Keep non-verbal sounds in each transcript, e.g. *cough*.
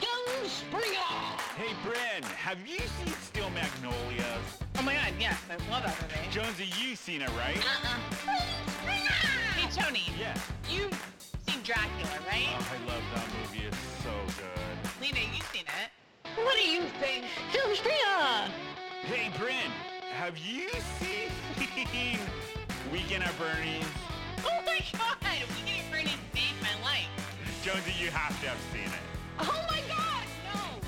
Bryn Springer! Hey, Bryn, have you seen Steel Magnolias? Oh my god, yes, I love that movie. Jonesy, you've seen it, right? Hey Tony, Yeah. you've seen Dracula, Oh, right? I love that movie. It's so good. Lena, you've seen it. *laughs* What do you think? Film Springer! Hey, Bryn, have you seen *laughs* Weekend at Bernie's? Oh my god, we getting ready to save my life. Jonesy, you have to have seen it. Oh my god!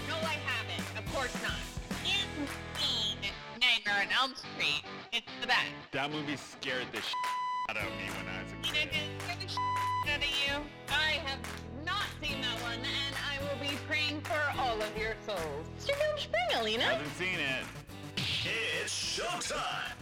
No, no, I haven't. Of course not. You've seen Nightmare on Elm Street. It's the best. That movie scared the sh- out of me when I was a You know, kid. did it scare the shit out of you? I have not seen that one, and I will be praying for all of your souls. It's your Film Springer, Lena! Haven't seen it. It's showtime.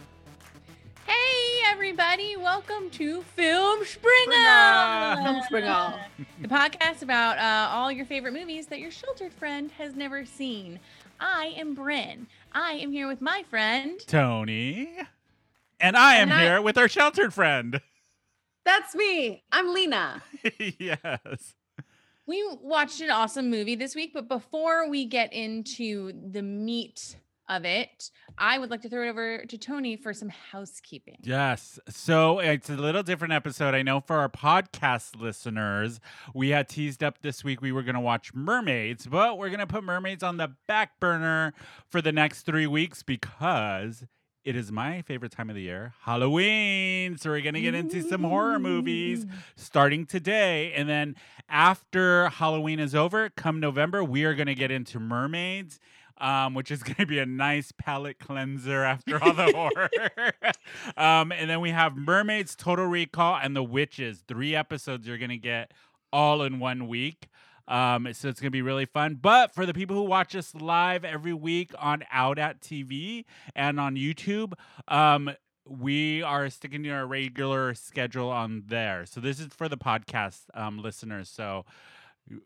Hey everybody, welcome to Film Springer. Film Springer. The podcast about uh, all your favorite movies that your sheltered friend has never seen. I am Bryn. I am here with my friend. Tony. And I am And I- here with our sheltered friend. That's me. I'm Lena. *laughs* yes. We watched an awesome movie this week, but before we get into the meat of it, I would like to throw it over to Tony for some housekeeping. Yes. So it's a little different episode. I know for our podcast listeners, we had teased up this week we were going to watch Mermaids, but we're going to put Mermaids on the back burner for the next three weeks because it is my favorite time of the year, Halloween. So we're going to get into some horror movies starting today. And then after Halloween is over, come November, we are going to get into Mermaids. um, which is going to be a nice palate cleanser after all the horror. um, and then we have Mermaids, Total Recall, and The Witches. Three episodes you're going to get all in one week. Um, so it's going to be really fun. But for the people who watch us live every week on Out at TV and on YouTube, um, we are sticking to our regular schedule on there. So this is for the podcast um, listeners. So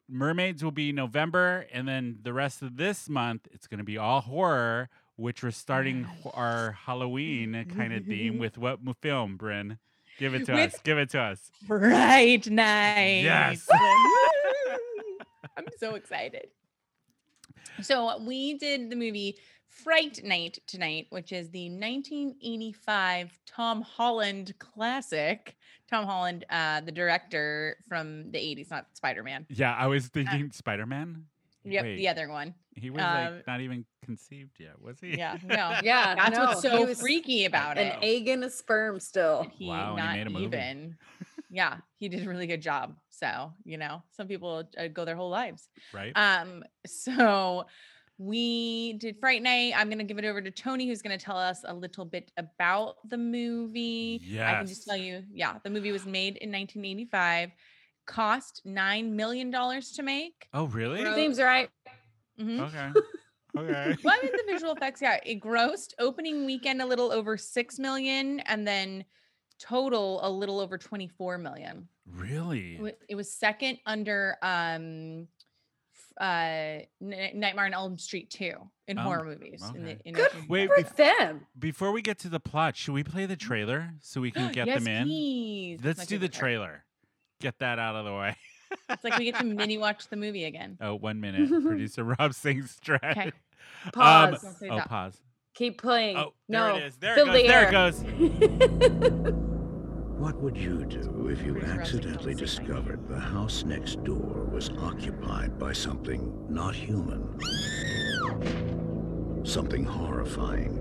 Mermaids will be November, and then the rest of this month, it's going to be all horror, which we're starting ho- our Halloween kind of *laughs* theme with what mo- film, Bryn? Give it to With- us. Give it to us. Fright night. Yes. I'm so excited. So we did the movie Fright Night tonight, which is the 1985 Tom Holland classic. Tom Holland, uh, the director from the 80s, not Spider-Man. Yeah, I was thinking Spider Man. Uh, Yep, Wait, the other one. He was um, like not even conceived yet, was he? Yeah, no. Yeah. That's no, what's he so was freaky about An it. egg and a sperm still. he Wow, and he not made a movie. even. yeah, he did a really good job. So you know, some people uh, go their whole lives. *laughs* Right. Um, so we did Fright Night. I'm gonna give it over to Tony, who's gonna tell us a little bit about the movie. I can just tell Yes. you, yeah, the movie was made in 1985, cost nine million dollars to make. oh, really? Seems right. Mhm. Okay. *laughs* Okay. well, I mean, the visual effects, yeah, it grossed opening weekend a little over six million, and then total a little over 24 million. It really? wa- It was second under um, f- uh, N- Nightmare on Elm Street 2 in Um, horror movies. In the, okay. in Good 1985. Wait, For bef- them. before we get to the plot, should we play the trailer so we *gasps* can get Mm-hmm. yes, them in? please. That's my Let's do the favorite part. trailer. Get that out of the way. *laughs* It's like we get to mini watch the movie again. Oh, *laughs* one minute. Producer Rob sings stretch. Okay. Pause. Don't say oh, that. pause. Keep playing. Oh, no. there it is. There it fill goes. the There air. it goes. What would you do if you Pretty sure I was accidentally gonna say that. discovered the house next door was occupied by something not human? Something horrifying.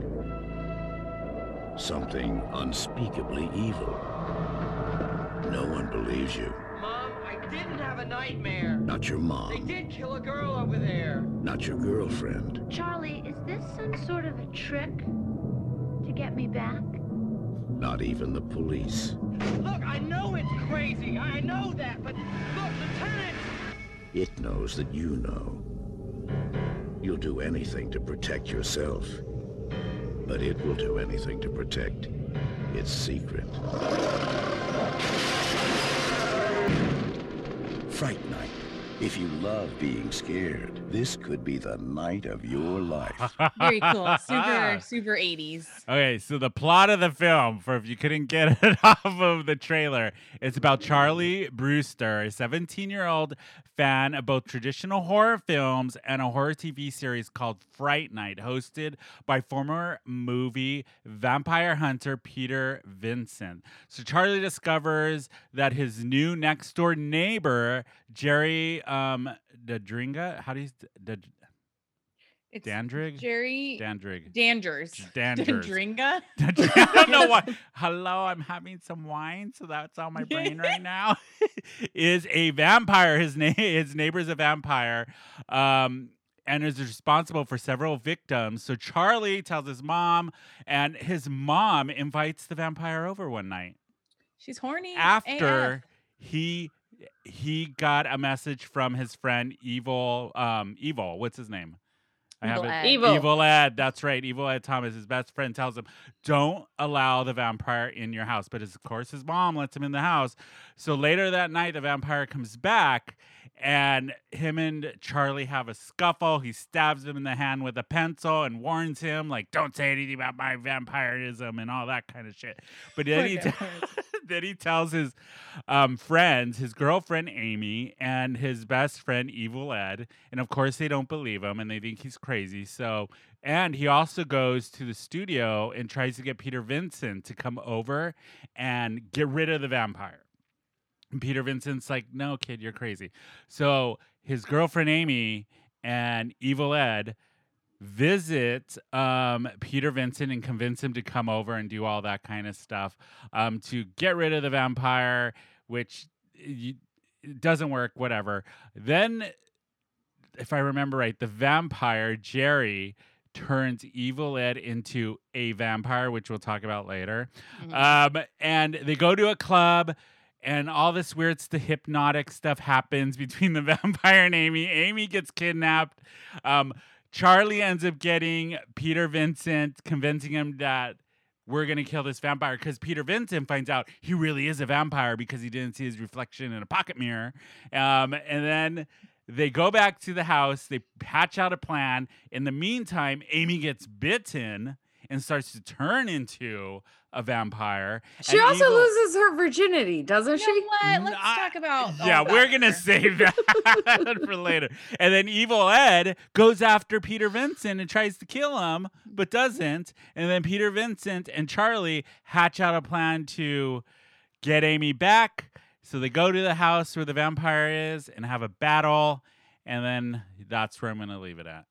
Something unspeakably evil. No one believes you. Mom, I didn't have a nightmare. Not your mom. did kill a girl over there. Not your girlfriend. Charlie, is this some sort of a trick to get me back? Not even the police. Look, I know it's crazy. I know that, but look, Lieutenant! It knows that you know. You'll do anything to protect yourself. But it will do anything to protect its secret. Fright Night. If you love being scared, this could be the night of your life. Very *laughs* cool. Super, super 80s. Okay, so the plot of the film, for if you couldn't get *laughs* it off of the trailer, it's about Charlie Brewster, a 17 year old fan of both traditional horror films and a horror TV series called Fright Night, hosted by former movie vampire hunter Peter Vincent. So Charlie discovers that his new next door neighbor, Jerry um, Dadringa, how do you, Dad- It's Dandrig? Jerry Dandrig. Danders. *laughs* Danders. Dandringa. *laughs* I don't know why. Hello, I'm having some wine, so that's on my brain right now. *laughs* is a vampire. His name, his neighbor's a vampire, um, and is responsible for several victims. So Charlie tells his mom, and his mom invites the vampire over one night She's horny. after he he got a message from his friend Evil. Um, Evil. What's his name? I have Evil it. Ed. Evil. Evil Ed, that's right. Evil Ed Thomas, his best friend, tells him, "Don't allow the vampire in your house." But his, of course, his mom lets him in the house. So later that night, the vampire comes back, and him and Charlie have a scuffle. He stabs him in the hand with a pencil and warns him, like, "Don't say anything about my vampirism and all that kind of shit." But then Poor he, *laughs* then he tells his um, friends, his girlfriend Amy, and his best friend Evil Ed, and of course they don't believe him and they think he's crazy. So, and he also goes to the studio and tries to get Peter Vincent to come over and get rid of the vampire. And Peter Vincent's like, "No, kid, you're crazy." So his girlfriend Amy and Evil Ed visit um, Peter Vincent and convince him to come over and do all that kind of stuff um, to get rid of the vampire, which you, it doesn't work, whatever. Then, if I remember right, the vampire, Jerry, turns Evil Ed into a vampire, which we'll talk about later. Um, and they go to a club. And all this weird, the hypnotic stuff happens *laughs* between the vampire and Amy. Amy gets kidnapped. Um, Charlie ends up getting Peter Vincent, convincing him that we're going to kill this vampire because Peter Vincent finds out he really is a vampire because he didn't see his reflection in a pocket mirror. Um, and then they go back to the house, they hatch out a plan. In the meantime, Amy gets bitten and starts to turn into a vampire. She And also Evil- loses her virginity, You doesn't she? know what? Let's Nah, talk about. all Yeah, we're that. gonna save that *laughs* for later. And then Evil Ed goes after Peter Vincent and tries to kill him, but doesn't. And then Peter Vincent and Charlie hatch out a plan to get Amy back. So they go to the house where the vampire is and have a battle. And then that's where I'm gonna leave it at.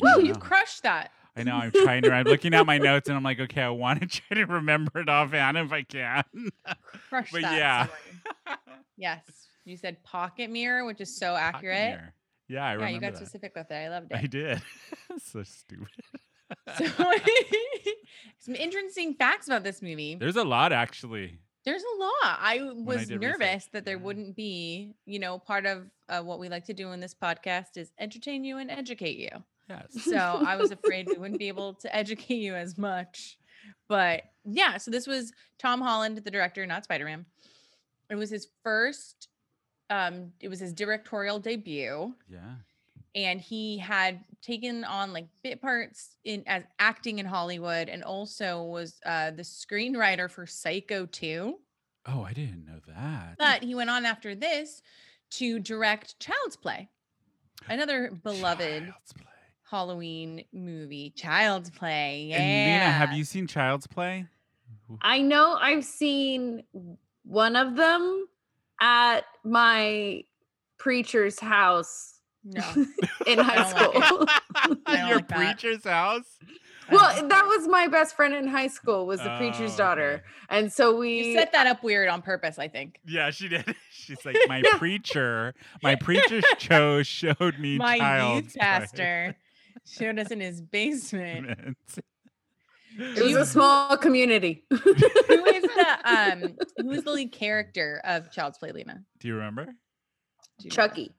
Woo, you crushed that. I know I'm trying to. I'm looking at my notes and I'm like, okay, I want to try to remember it offhand if I can. Crushed But that. yeah. Sorry. yes. You said pocket mirror, which is so Fucking accurate. here. Yeah, I Yeah, remember you got that. specific with it. I loved I it. did. *laughs* so stupid. So, *laughs* some interesting facts about this movie. There's a lot actually. There's a lot. I I was did nervous research, that there yeah. wouldn't be, you know, part of uh, what we like to do in this podcast is entertain you and educate *laughs* you. Yes. So I was afraid we wouldn't be able to educate you as much. But yeah, so this was Tom Holland, the director, not Spider Man. It was his first, um, it was his directorial debut Yeah. and he had taken on like bit parts in as acting in Hollywood, and also was uh, the screenwriter for Psycho 2. Oh, I didn't know that. But he went on after this to direct Child's Play, another beloved Child's Play. Halloween movie. Child's Play, yeah. And Lena, have you seen Child's Play? I know I've seen one of them at my preacher's house No, *laughs* in high I don't like school. *laughs* *laughs* I don't *laughs* Your like that. preacher's house. well, that was my best friend in high school was the Oh, preacher's okay. daughter. And so we you set that up weird on purpose. I *laughs* think Yeah, she did. She's like *laughs* my preacher. My preacher show showed me my Child's youth *laughs* pastor showed us in his basement. Play. it was a small community. who is the um? Who is the lead character of Child's Play, Lena? Do you remember? Do you know? Chucky.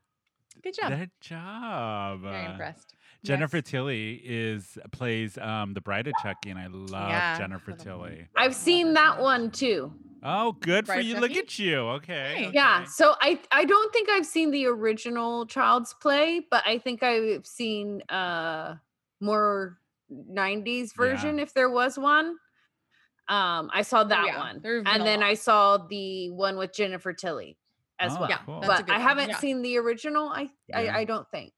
Good job. Good job. Very Uh, impressed. Jennifer Yes. Tilly is plays um, the bride of Chucky, and I love Yeah. Jennifer Little- Tilly. I've seen that one too. Oh, good for Bride of you. Look Chucky? at you. Okay. Hey. Yeah. okay. So I I don't think I've seen the original Child's Play, but I think I've seen uh more 90s version if there was one. Um I saw that Oh, yeah. one. There have been a And then I lot. saw the one with Jennifer Tilly as Oh, well. Yeah, cool. that's a but good I one. haven't Yeah. seen the original. I, Yeah. I I don't think.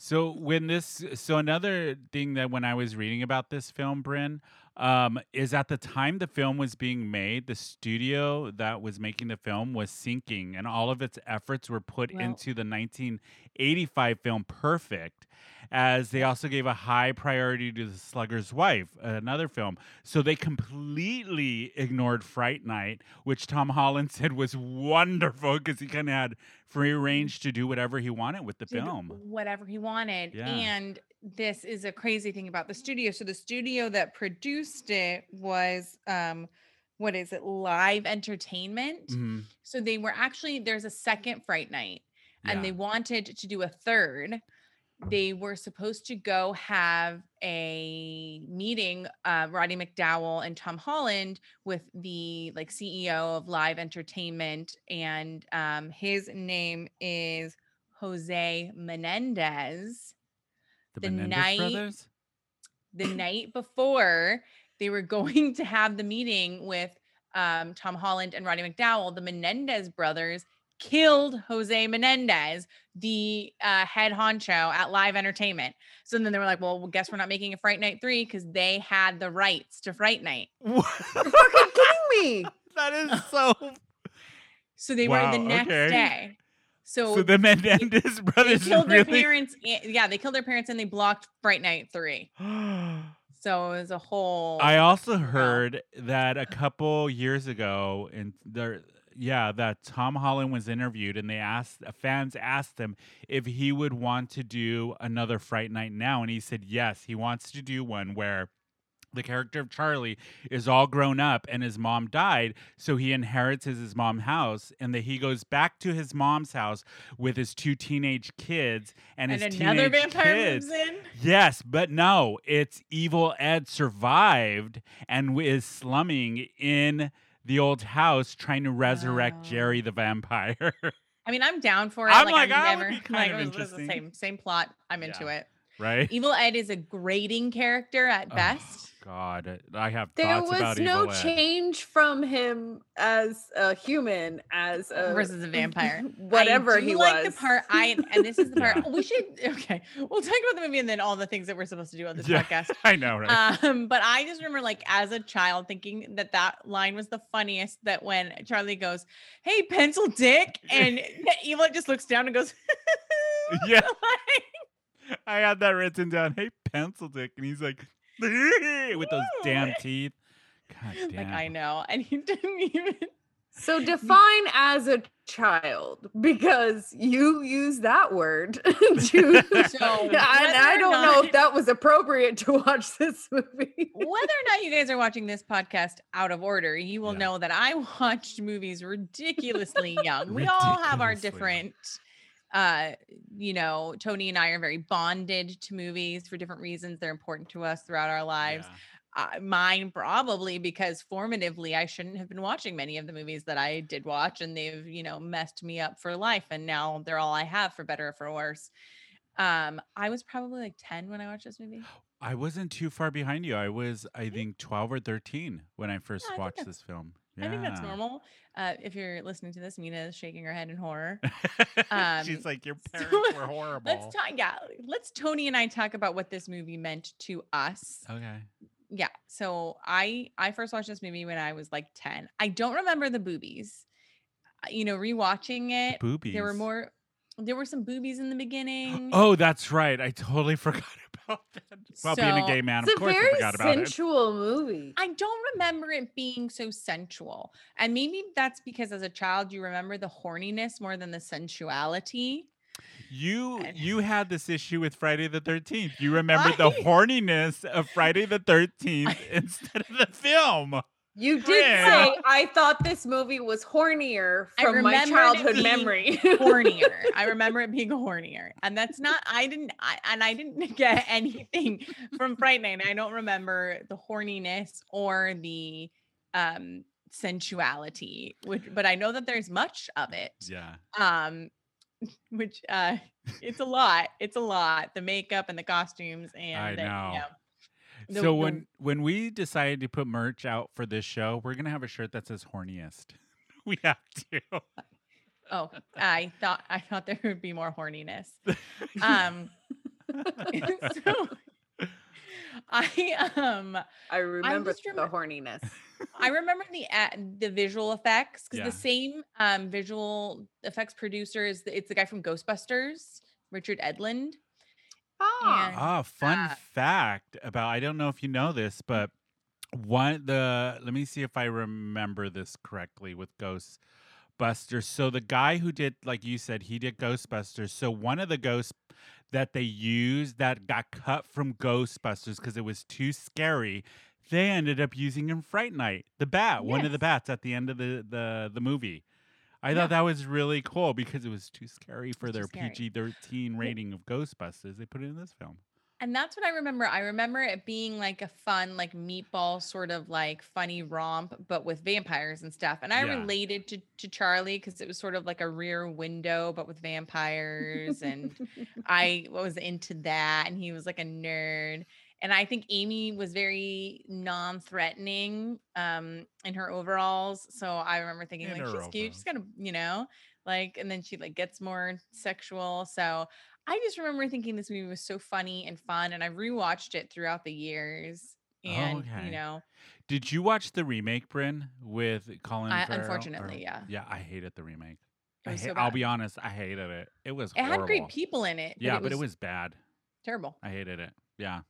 So when this, so another thing that when I was reading about this film, Bryn, um, is at the time the film was being made, the studio that was making the film was sinking, and all of its efforts were put Well- into the 1985 film Perfect, as they also gave a high priority to The Slugger's Wife, another film. So they completely ignored Fright Night, which Tom Holland *laughs* said was wonderful because he kind of had free range to do whatever he wanted with the did film. whatever he wanted. Yeah. And this is a crazy thing about the studio. So the studio that produced it was um what is it? Live Entertainment. Mhm. So they were actually there's a second Fright Night Yeah. and they wanted to do a third. They were supposed to go have a meeting, uh, Roddy McDowell and Tom Holland with the like CEO of Live Entertainment, and um, his name is Jose Menendez. the, the Menendez night- brothers. The night before they were going *laughs* to have the meeting with um, Tom Holland and Roddy McDowell, the Menendez brothers killed Jose Menendez, the uh, head honcho at Live Entertainment. So then they were like, well, guess we're not making a Fright Night 3 because they had the rights to Fright Night. You're fucking kidding me. that is so. So they were the Wow, next okay. day. So, *laughs* So the Menendez they brothers killed their really. parents. And, yeah, they killed their parents and they blocked Fright Night *gasps* 3. So it was a whole. I also heard that a couple years ago, and there, yeah, that Tom Holland was interviewed, and they asked uh, fans asked him if he would want to do another Fright Night now, and he said yes, he wants to do one where. The character of Charlie is all grown up and his mom died, so he inherits his, his mom's house, and that he goes back to his mom's house with his two teenage kids and, and his another teenage vampire kids. moves in. Yes, but no, it's evil Ed survived and w- is slumming in the old house trying to resurrect Wow. Jerry the vampire. *laughs* I mean, I'm down for it. I'm like, like, "Ah, I've would never. be *laughs* like, kind of it was- it was the interesting." same, same plot. I'm into Yeah. it. right? Evil Ed is a grating character at Oh, best. God, I have *laughs* There thoughts was about no evil Ed. change from him as a human, as a Versus a *laughs* vampire. whatever I do he like was. the part I *laughs* and this is the part Yeah. we should okay. We'll talk about the movie and then all the things that we're supposed to do on this Yeah. podcast. I know, *laughs* right? Um, but I just remember, like, as a child, thinking that that line was the funniest. That when Charlie goes, "Hey, pencil *laughs* dick," and Evil just looks down and goes, *laughs* Yeah. I had that written down. Hey, pencil dick, and he's like *laughs* with those damn teeth. God *laughs* damn. like I know, and he *laughs* didn't even. *laughs* So define as a child because you use that word. *laughs* *laughs* to- So and I whether or don't *laughs* know if not- that was appropriate to watch *laughs* this movie. Whether or not you guys are watching this podcast out of order, you will Yeah. know that I *laughs* watched movies ridiculously *laughs* young. We all have our Ridiculously young. different uh you know tony and i are very bonded to movies for different reasons they're important to us throughout our lives Yeah. uh, mine probably because formatively I shouldn't have been watching many of the movies that I did watch and they've, you know, messed me up for life and now they're all I have for better or for worse. Um I was probably like 10 when I watched this movie. I wasn't too far behind you. I was, I think, 12 or 13 when I first I think watched that's- this film. I think that's Yeah. normal. Uh if you're listening to this Mina is shaking her head in *laughs* horror. Um, She's like, your so parents were *laughs* horrible. let's talk yeah, let's Tony and I talk about what this movie meant to us. okay. yeah so i i first watched this movie when i was like 10 i don't remember the boobies Uh, you know rewatching The it boobies. there were more there were some boobies in the beginning *gasps* Oh, that's right. I totally *laughs* forgot about that. Well, being a So- gay man, It's of a course, I very forgot about it. sensual movie. i don't remember it being so sensual and maybe that's because as a child you remember the horniness more than the sensuality You And- you had this issue with Friday the 13th. You remembered the I- *laughs* horniness of Friday the 13th instead of the film. You did say I thought this movie was hornier I from my remembered it childhood being memory. hornier. I remember it being hornier, and that's not. I didn't. I, and I didn't *laughs* get anything from Fright Night. I don't remember the horniness or the um sensuality, which, but I know that there's much of it. Yeah. Um, *laughs* which uh, it's a lot. It's a lot. The makeup and the costumes and I the, you know. The- so the- when when we decided to put merch out for this show, we're gonna have a shirt that says "horniest." *laughs* we have to. Oh, I thought I thought there would be more *laughs* horniness. Um, *laughs* so I um *laughs* I remember just the remem- horniness. *laughs* I remember the a- the visual effects because Yeah. the same um visual effects producer is the, it's the guy from Ghostbusters, Richard Edlund. Ah, And- Ah, fun Uh, fact about I don't know if you know this, but one the let me see if I remember this correctly with Ghostbusters. So the guy who did like you said, he did Ghostbusters. So one of the ghosts that they used that got cut from Ghostbusters because it was too scary. They ended up using in Fright Night, the bat, one of the Yes. bats at the end of the the, the movie. I Yeah. thought that was really cool because it was too scary for Too their scary. PG 13 rating of Ghostbusters. They put it in this film. And that's what I remember. I remember it being like a fun, like meatball sort of like funny romp, but with vampires and stuff. And I Yeah. related to, to Charlie because it was sort of like a rear window, but with vampires. And *laughs* I was into that. And he was like a nerd. And I think Amy was very non threatening um, in her overalls. So I remember thinking, In like, her she's cute. overalls. She's got a, you know, like, and then she like gets more sexual. So I just remember thinking this movie was so funny and fun, and I rewatched it throughout the years. Oh, And okay. you know, Did you watch the remake, Bryn, with Colin? I- Farrell? Or- unfortunately, yeah. Yeah, I hated the remake. It I was ha- so I'll bad. be honest, I hated it. It was. it had great horrible. people in it. Yeah, but it was bad. terrible. I hated it. Yeah.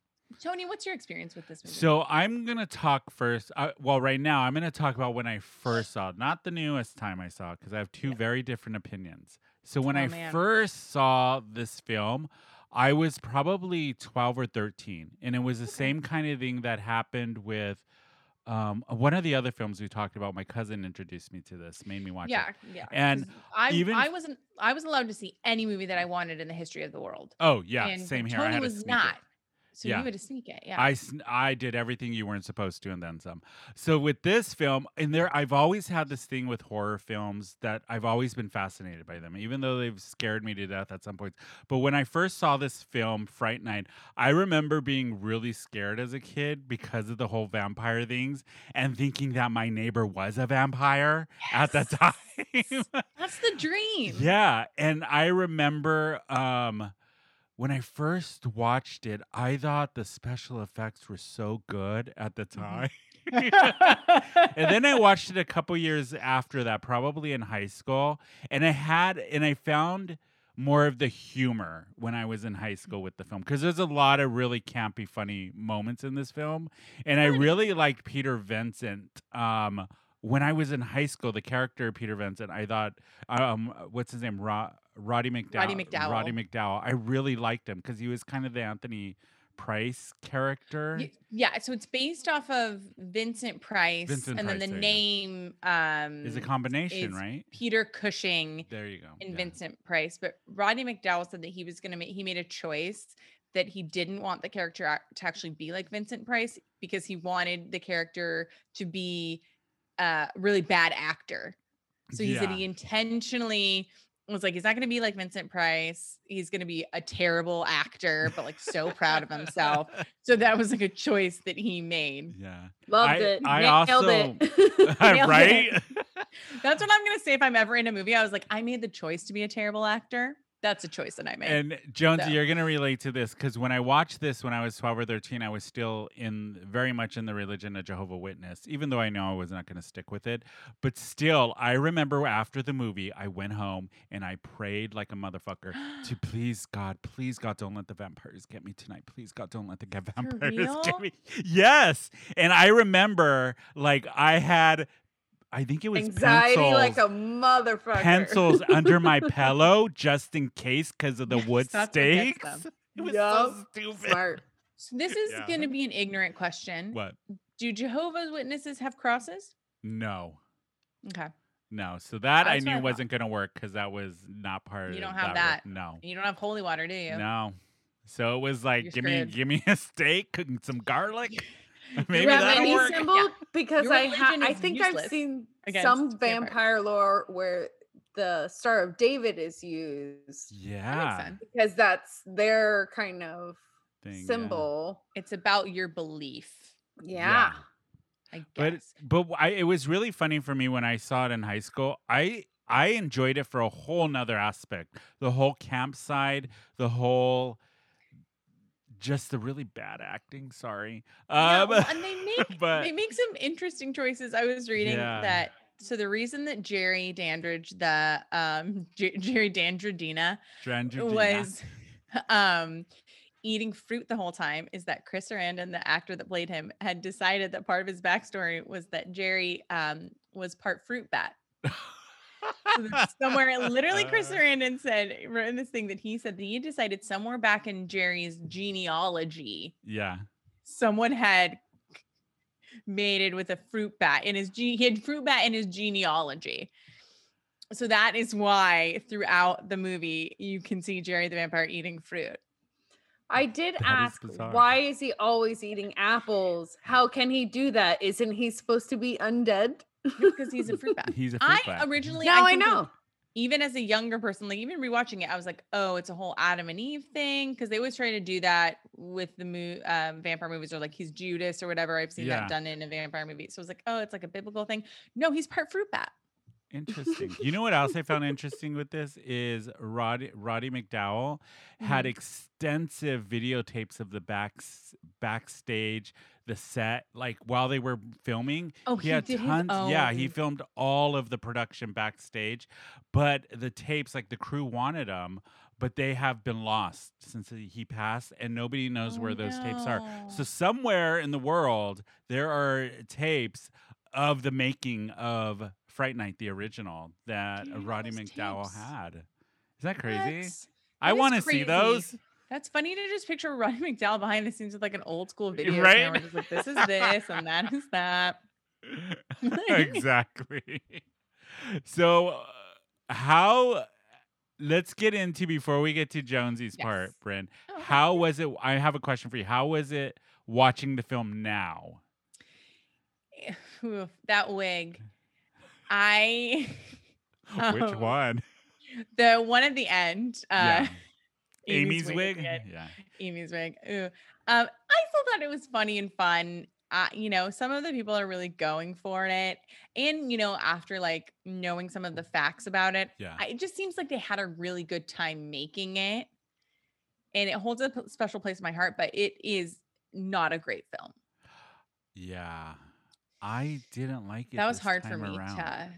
Tony, what's your experience with this movie? So I'm gonna talk first. Uh, well, right now I'm gonna talk about when I first saw, it, not the newest time I saw, because I have two very different opinions. So when Oh, I man. first saw this film, I was probably 12 or 13, and it was the same kind of thing that happened with um, one of the other films we talked about. My cousin introduced me to this, made me watch yeah, it, yeah. 'cause and I, even- I wasn't, I was allowed to see any movie that I wanted in the history of the world. oh yeah, and same here. I Tony had to was sneak it. not. So Yeah. you had to sneak it. Yeah. I, sn- I did everything you weren't supposed to and then some. So with this film, and there I've always had this thing with horror films that I've always been fascinated by them, even though they've scared me to death at some points. But when I first saw this film, Fright Night, I remember being really scared as a kid because of the whole vampire things and thinking that my neighbor was a vampire at the time. *laughs* That's the dream. Yeah, and I remember um when I first watched it, I thought the special effects were so good at the time. *laughs* and then I watched it a couple years after that, probably in high school, and I had and I found more of the humor when I was in high school with the film because there's a lot of really campy, funny moments in this film, and I Mm-hmm. really liked Peter Vincent. Um, when I was in high school, the character Peter Vincent, I thought, um, what's his name, Ro- Roddy McDowell. Roddy McDowell. Roddy McDowell. I really liked him because he was kind of the Anthony Price character. Y- Yeah, so it's based off of Vincent Price, Vincent and then Price, the there name um, Is a combination, is- right? Peter Cushing There you go. and yeah. Vincent Price, but Rodney McDowell said that he was going to make he made a choice that he didn't want the character ac- to actually be like Vincent Price because he wanted the character to be a really bad actor. So he said Yeah. he intentionally was like, he's not going to be like Vincent Price. He's going to be a terrible actor, but like so proud of *laughs* himself. So that was like a choice that he made. Yeah. *laughs* Loved I- it. I Nailed *laughs* it. Nailed right? it. That's what I'm going to say if I'm ever in a movie. I was like, I made the choice to be a terrible actor. That's a choice that I made. And Jonesy, So- you're gonna relate to this because when I watched this when I was 12 or 13, I was still in very much in the religion of Jehovah Witness, even though I know I was not gonna stick with it. But still, I remember after the movie, I went home and I prayed like a motherfucker *gasps* to please God, please God, don't let the vampires get me tonight. Please God, don't let the ga- vampires *laughs* real? get me. Yes, and I remember like I had. I think it was Anxiety like pencils a motherfucker. pencils under my pillow just in case because of the wood That's what gets stakes. them. *laughs* It was so Yup. stupid. *laughs* Smart. So this is Yeah. going to be an ignorant question. What? Do Jehovah's Witnesses have crosses? No, Okay. no. So that I That's what I knew thought. wasn't going to work because that was not part. You of don't have that. that. re- No, You don't have holy water, do you? no. So it was like, You're give me, screwed. give me a steak, and *laughs* some garlic. *laughs* Maybe Do you have that'll any work. symbol? Because Your I ha- religion I is think I've useless seen against some vampires. vampire lore where the Star of David is Mm. used That makes Yeah. sense. because that's their kind of thing, yeah. symbol. It's about your belief, Yeah. I But guess. but w- I, it was really funny for me when I saw it in high school. I I enjoyed it for a whole nother aspect. The whole campsite, the whole just the really bad acting, sorry. Yeah, Um well, and *laughs* they make but- they make some interesting choices. I was reading Yeah. that so the reason that Jerry Dandridge, the um Jer- *laughs* Jerry Dandridina Strangerdina. was *laughs* um eating fruit the whole time is that Chris Sarandon, the actor that played him, had decided that part of his backstory was that Jerry um was part fruit bat. So there's somewhere literally Chris Sarandon said wrote in this thing that he said that he decided somewhere back in Jerry's genealogy Yeah. someone had mated with a fruit bat in his ge- he had fruit bat in his genealogy. So that is why throughout the movie you can see Jerry the vampire eating fruit. I did That is ask, bizarre. why is he always eating apples? How can he do that? Isn't he supposed to be undead? Because he's a fruit bat. He's a I *laughs* fruit bat. originally Now I, think that know. even as a younger person, like even rewatching it, I was like, oh, it's a whole Adam and Eve thing. Cause they always try to do that with the mo- um, vampire movies or like he's Judas or whatever. I've seen Yeah. that done in a vampire movie. So I was like, oh, it's like a biblical thing. No, he's part fruit bat. *laughs* Interesting. you know what else I found interesting with this is Roddy Roddy McDowell had Mm-hmm. extensive videotapes of the back backstage, the set, like while they were filming. Oh, he, had tons. Yeah, he filmed all of the production backstage, but the tapes, like the crew wanted them, but they have been lost since he passed, and nobody knows Oh, where those tapes are. So somewhere in the world, there are tapes of the making of Fright Night, the original that Do you have Roddy those McDowell tapes? had. Is that crazy? That I is want to see crazy. those. *laughs* That's funny to just picture Roddy McDowell behind the scenes with like an old school video Right? camera. Just like, this is this and that is *laughs* that. *laughs* exactly. So, uh, how? Let's get into before we get to Jonesy's part, Yes. Bryn. Oh, okay. How was it? I have a question for you. How was it watching the film now? *laughs* Oof, that wig. I *laughs* Which Oh, one? *laughs* the one at the end. *laughs* Uh, yeah. Amy's, wig. at the *laughs* end. Yeah. Amy's wig. Ooh. Um, I still thought it was funny and fun. Uh, you know, some of the people are really going for it, and you know, after like knowing some of the facts about it, Yeah. I- it just seems like they had a really good time making it, and it holds a p- special place in my heart. But it is not a great film. yeah. I didn't like it. that was this hard for time me around. to.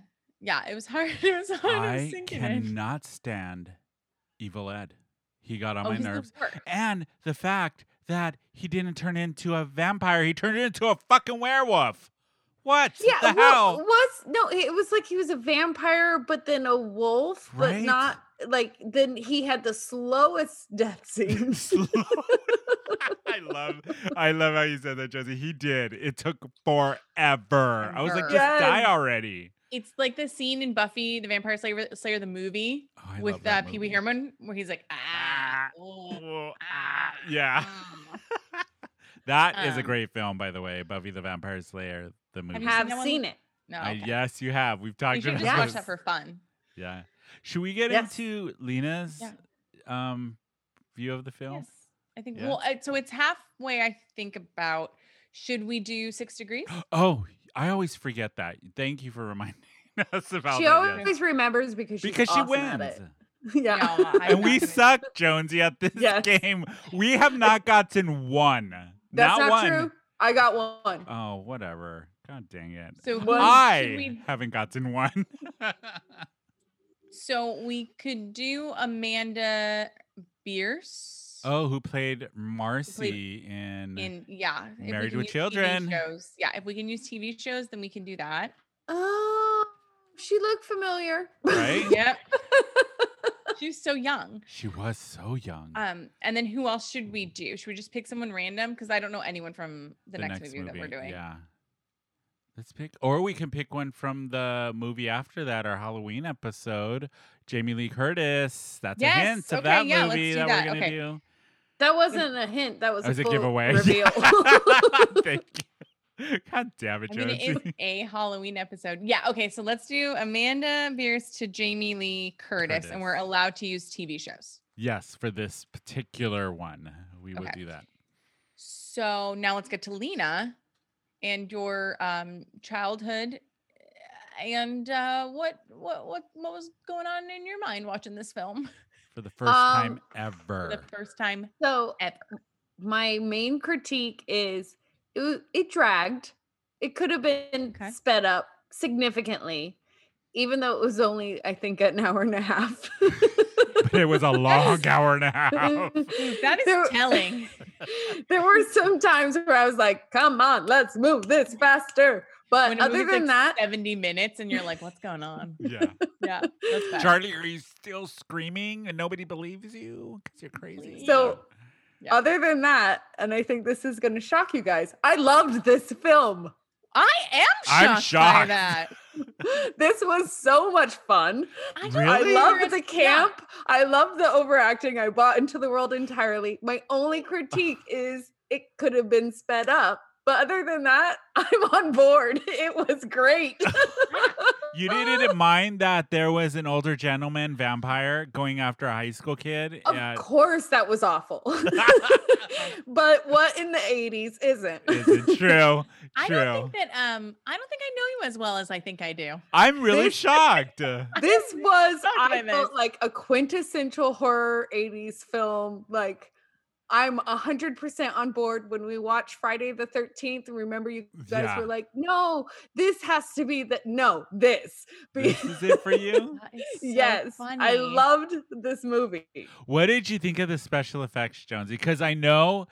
Yeah, it was hard. *laughs* It was hard. *laughs* I, was I sinking *laughs* in. cannot stand Evil Ed. He got on Oh, my he's the nerves. worst. and the fact that he didn't turn into a vampire, he turned into a fucking werewolf. What Yeah, the well, hell? was no, it was like he was a vampire, but then a wolf, Right? but not like then he had the *laughs* slowest death scene. Slow- I love, I love how you said that, Josie. He did. It took forever. I was like, just Yes. die already. It's like the scene in Buffy the Vampire Slayer, Slayer the movie Oh, I with love that uh, Pee Wee movie. Herman, where he's like, ah, Ah, oh, Oh, ah, yeah, ah." Um, *laughs* that is a Um, great film, by the you Buffy the Vampire Slayer, the movie. I you have that one? seen it. No, I- okay. yes, you have. We've talked we should about just Yeah. watch this. that for fun. Yeah. Should we get Yes. into Lena's um view of the film? Yes, I think. Yeah. Well, uh, so it's halfway. I think about should we do Six *gasps* Degrees? Oh, I always forget that. Thank you for reminding *laughs* us about She that. always yes. remembers because she's because she awesome at wins. it. *laughs* Yeah. No, I- And I'm we not gonna- suck, Jonesy, at this Yes. game. We have not gotten one. *laughs* *laughs* That's not, one. true. I got one. Oh, whatever. God dang it. So we- Well, I should we, haven't gotten one. *laughs* so we could do Amanda Bierce. oh, who played Marcy in, in yeah if we Married can with use TV Children. shows yeah if we can use tv shows then we can do that Oh, she looked familiar. Right? *laughs* *laughs* yep she's so young She was so young. um and then who else should we do should we just pick someone random because i don't know anyone from the, next, movie, that we're doing Yeah. Let's pick, or we can pick one from the movie after that, our Halloween episode. Jamie Lee Curtis. That's Yes, a hint of okay, that yeah, let's movie do that, that, we're gonna okay. do. That wasn't a hint. That was, That was a, a full giveaway. Reveal. *laughs* *laughs* Thank you. *laughs* God damn it, I mean, Josie. it is a Halloween episode. Yeah. Okay. So let's do Amanda Bierce to Jamie Lee Curtis, and we're Curtis. allowed to use TV shows. *laughs* yes, for this particular one, we would Okay. do that. So now let's get to Lena and your um, childhood and uh, what what what what was going on in your mind watching this film For the first time Um, ever. for the first time so ever. my main critique is it, wa- it dragged. It could have been Okay. sped up significantly, even though it was only I think an *laughs* hour and a half. *laughs* but it *laughs* was a long hour and a half. That is There- telling. *laughs* *laughs* there were some times where I was like, "Come on, let's move this faster." But When a uh, other movie's, than like, that, 70 minutes and you're like, what's going on? *laughs* *laughs* Yeah. Yeah. That's bad. Charlie, are you still screaming and nobody believes you because you're crazy? So- Yeah. other than that, and I think this is going to shock you guys. I loved this film. I am shocked, by I'm shocked. that. this was so much fun. *laughs* I, don't Really? think I there loved the is- yeah. camp. I loved the overacting. I bought into the world entirely. My only critique *laughs* is it could have been sped up. But other than that, *laughs* I'm on board. It was great. You *laughs* didn't mind that there was an older gentleman vampire going after a high school kid. Of Yeah, course, that *laughs* was awful. *laughs* but what in the 80s isn't? is *laughs* it true? I don't True. think that um I don't think I know you as well as I think I do. *laughs* *laughs* I'm really this- shocked. this was shocked by I this. felt like a quintessential horror 80s film. Like I'm hundred percent on board when we watch Friday the 13th. And remember you guys Yeah. were like, no, this has to be the no, this. *laughs* Be- this is it for you. That is so yes. I funny. loved this movie. What did you think of the special effects, Jonesy? Because I know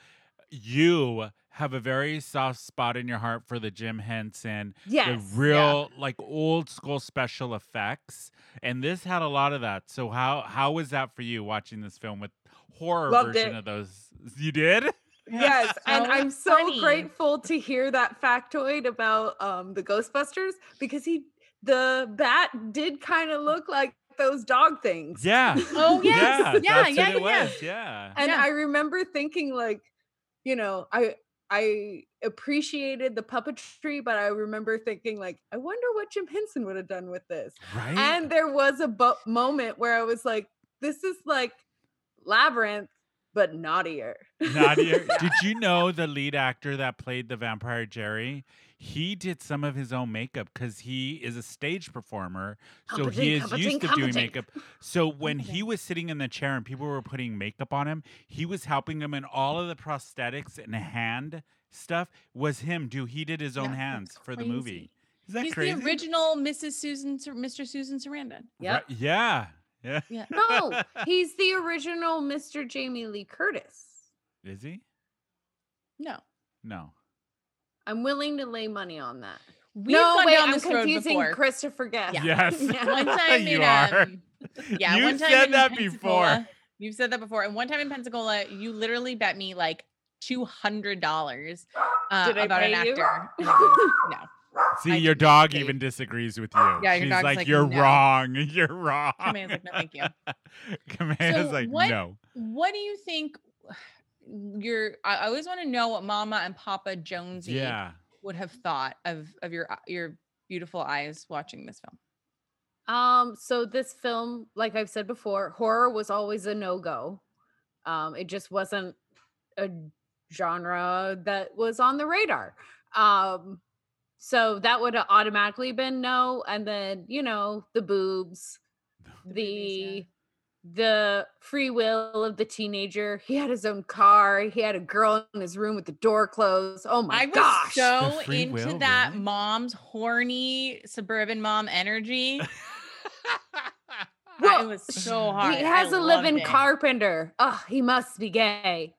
you have a very soft spot in your heart for the Jim Henson, Yes. the real like old school special effects, and this had a lot of that. So how how was that for you watching this film with horror Loved version it. of those? You did? Yes, *laughs* and So I'm so funny. grateful to hear that factoid about um, the Ghostbusters because he, the bat, did kind of look like those dog things. *laughs* Yeah. Oh yes. Yeah. Yeah, that's yeah, what it yeah, yeah. was. Yeah. and Yeah. i remember thinking like you know i i appreciated the puppetry but i remember thinking like i wonder what jim henson would have done with this Right. and there was a bu- moment where i was like this is like labyrinth but naughtier *laughs* *laughs* Nadia, did you know the lead actor that played the vampire Jerry? He did some of his own makeup because he is a stage performer. So he is used Competing, to competing, doing competing. makeup. So when he was sitting in the chair and people were putting makeup on him, he was helping them, and all of the prosthetics and hand stuff was him. Do he did his own That's hands for the crazy. movie? Is that He's crazy? the original Mrs. Susan, Sar- Mr. Susan Sarandon. Yep. Right- Yeah. Yeah. Yeah. no he's the original mr jamie lee curtis Is he? No, No. i'm willing to lay money on that we've no gone wait down i'm this confusing road before. christopher guest Yeah. Yes. *laughs* One time *laughs* you in, are. um, *laughs* yeah, you one time said in uh, that before. Pensacola- You've said that before. And one time in Pensacola, you literally bet me like two hundred dollars uh, Did I about an pay you? *laughs* actor. Mm-hmm. and I didn't. no, See, I your didn't dog say- even disagrees with you. Yeah, your She's dog's like, like, you're "No." wrong. *laughs* You're wrong. Command's like, "No, thank *laughs* you." Commanda's So like, what- no. what do you think? *sighs* Your I I always want to know what Mama and Papa Jonesy *laughs* Yeah. *laughs* would have thought of of your uh, your beautiful eyes watching this film. Um, so this film, like I've said before, horror was always a no-go. Um, it just wasn't a genre that was on the radar. Um, so that would have automatically been no, and then you know, *laughs* the boobs, the boobies, the free will of the teenager. He had his own car, he had a girl in his room with the door closed. Oh my I was gosh. so The free into will, that really? mom's horny suburban mom *laughs* energy. Well, it was so hard. he has a a live-in carpenter. Oh, he must be gay.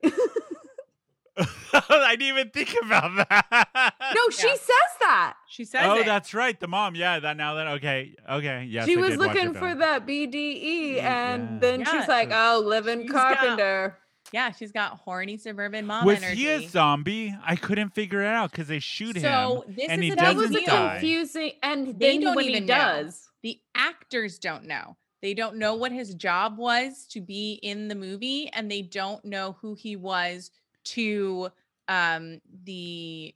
I didn't even think about that. No, *laughs* she Yeah. says that. She says oh, it. that's right. The mom. Yeah. That now that okay. Okay. Yes. she I was did watch looking the for film. that BDE, Yeah. E, and then Yeah. she's like, "Oh, living She's got- carpenter." Yeah, she's got horny suburban mom Was energy. he a zombie? I couldn't figure it out because they shoot him. so this and is he a That big was a doesn't deal. die. confusing, and then They don't when he even know. does, the actors don't know. They don't know what his job was to be in the movie, and they don't know who he was to um, the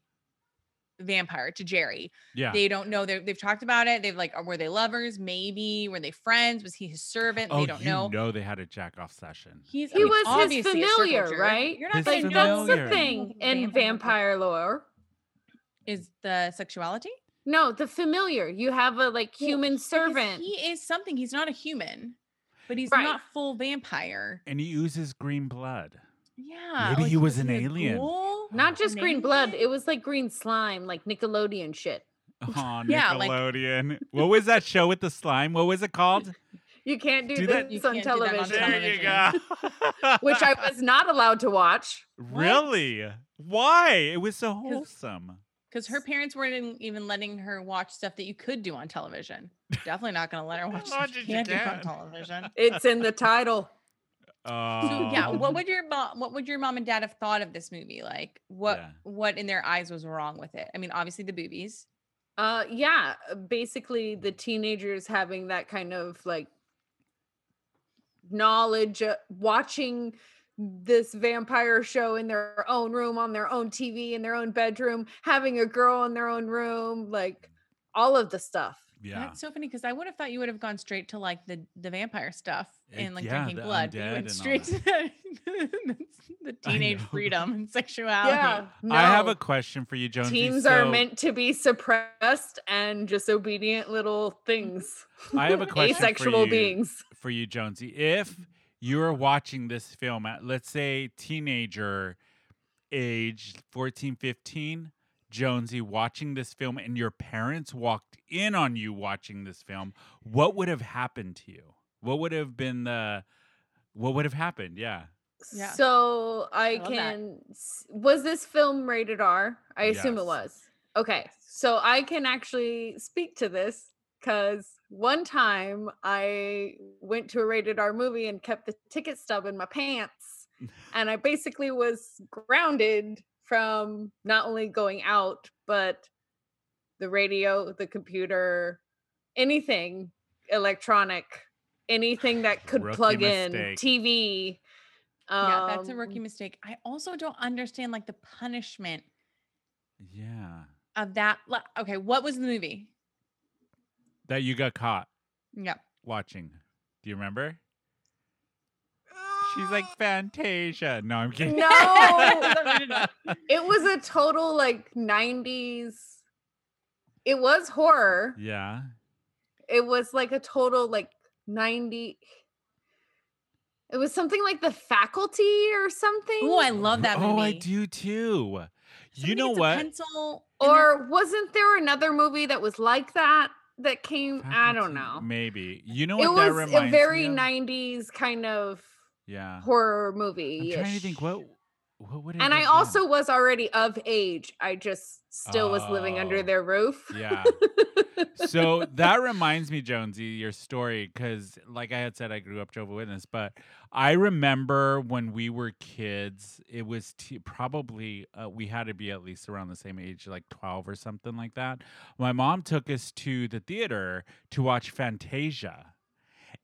vampire, to Jerry. Yeah. They don't know. They're, they've talked about it. They've like, "Oh, were they lovers? Maybe. Were they friends? Was he his servant? oh, they don't you know. they had a jack off session. He's He was his obviously a circle familiar, jerk. right? You're not His gonna like know that's familiar. the who's thing a in vampire lore. is the sexuality. No, the familiar. You have a like Well, human Because servant. He is something. He's not a human, but he's Right. not full vampire. And he oozes *laughs* green blood. Yeah. Maybe he was an a alien. ghoul? Not just an green blood. alien? It was like green slime, like Nickelodeon shit. Oh, Yeah, like- Nickelodeon. what was that show with the slime? What was it called? You can't do, Do that- this You on can't do that on television. there you go. *laughs* Which I was not allowed to watch. *laughs* really? Why? It was so 'Cause- wholesome. Because her parents weren't even letting her watch stuff that you could do on television. Definitely not going to *laughs* let her watch Why stuff you did you can't do on can? television. It's in the title. So yeah, Oh. what *laughs* would your mom, what would your mom and dad have thought of this movie? Like, what Yeah. what in their eyes was wrong with it? I mean, obviously the boobies. Uh yeah, basically the teenagers having that kind of like knowledge uh, watching this vampire show in their own room on their own TV in their own bedroom, having a girl in their own room, like all of the stuff. Yeah. That's so funny because I would have thought you would have gone straight to like the the vampire stuff Uh, and like yeah, drinking the blood. but You undead went and all straight to the, *laughs* the teenage know. freedom and sexuality. Yeah. I have a no. question for you, Jonesy. Teens are So, meant to be suppressed and just obedient little things. I *laughs* have a question for Asexual you, beings. for you, Jonesy. If you're watching this film at, let's say, teenager age 14, 15, Jonesy, watching this film, and your parents walked in on you watching this film, what would have happened to you? What would have been the, what would have happened? Yeah. Yeah. So I, love that. can. s- Was this film rated R? I assume Yes. it was. Okay. So I can actually speak to this because one time I went to a rated R movie and kept the ticket stub in my pants. and I basically was grounded from not only going out, but the radio, the computer, anything electronic, anything that could Rookie plug in, mistake. TV. yeah, that's a rookie um, mistake. I also don't understand like the punishment Yeah. of that. li- Okay, what was the movie? That you got caught Yeah. watching. Do you remember? She's *gasps* like Fantasia. No, I'm kidding. No. It was a total like 90s. It was horror. *laughs* yeah. It was like a total like 90. It was something like the faculty or something. Oh, I love that movie. Oh, I do too. you Somebody know gets a what? Pencil in their- or wasn't there another movie that was like that that came? I Faculty, don't know. Maybe. You know It what that was reminds a very me of? 90s kind of Yeah. horror I'm movie. trying to think what what would it and have I been? also was already of age. I just still was living Oh, under their roof. Yeah. *laughs* so that reminds me, Jonesy, your story, because like I had said, I grew up Jehovah's Witness, but I remember when we were kids, it was t- probably uh, we had to be at least around the same age, like twelve or something like that. My mom took us to the theater to watch Fantasia,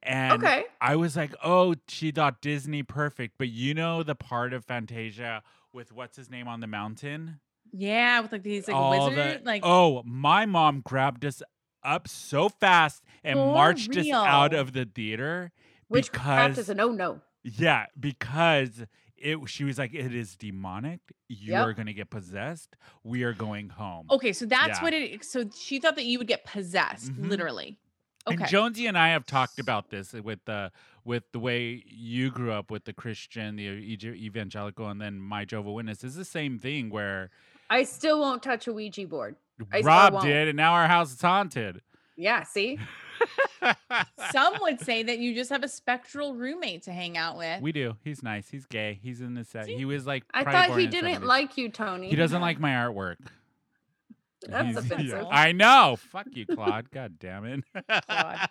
and okay. I was like, oh, she thought Disney perfect, but you know the part of Fantasia with what's his name on the mountain. yeah, with like these like All the- wizard like oh my mom grabbed us up so fast and For marched us out real? of the theater Witchcraft is because- a no no. yeah because it she was like it is demonic you Yep. are going to get possessed we are going home Okay, so that's Yeah. what it. So she thought that you would get possessed, Mhm. literally. Okay. And *laughs* Jonesy and I have talked about this with the with the way you grew up with the Christian, the e- evangelical, and then my Jehovah Witness is the same thing where I still won't touch a Ouija board. I still Rob won't. did, and now our house is haunted. *laughs* Yeah, see? Some would say that you just have a spectral roommate to hang out with. we do. He's nice. He's gay. He's in the set. Eh See? He was like I probably thought born he in the didn't 70s. like you, Tony. *laughs* He doesn't like my artwork. *laughs* That's He's- yeah. offensive. I know. Fuck you, Claude. God damn it. *laughs* Claude. *laughs*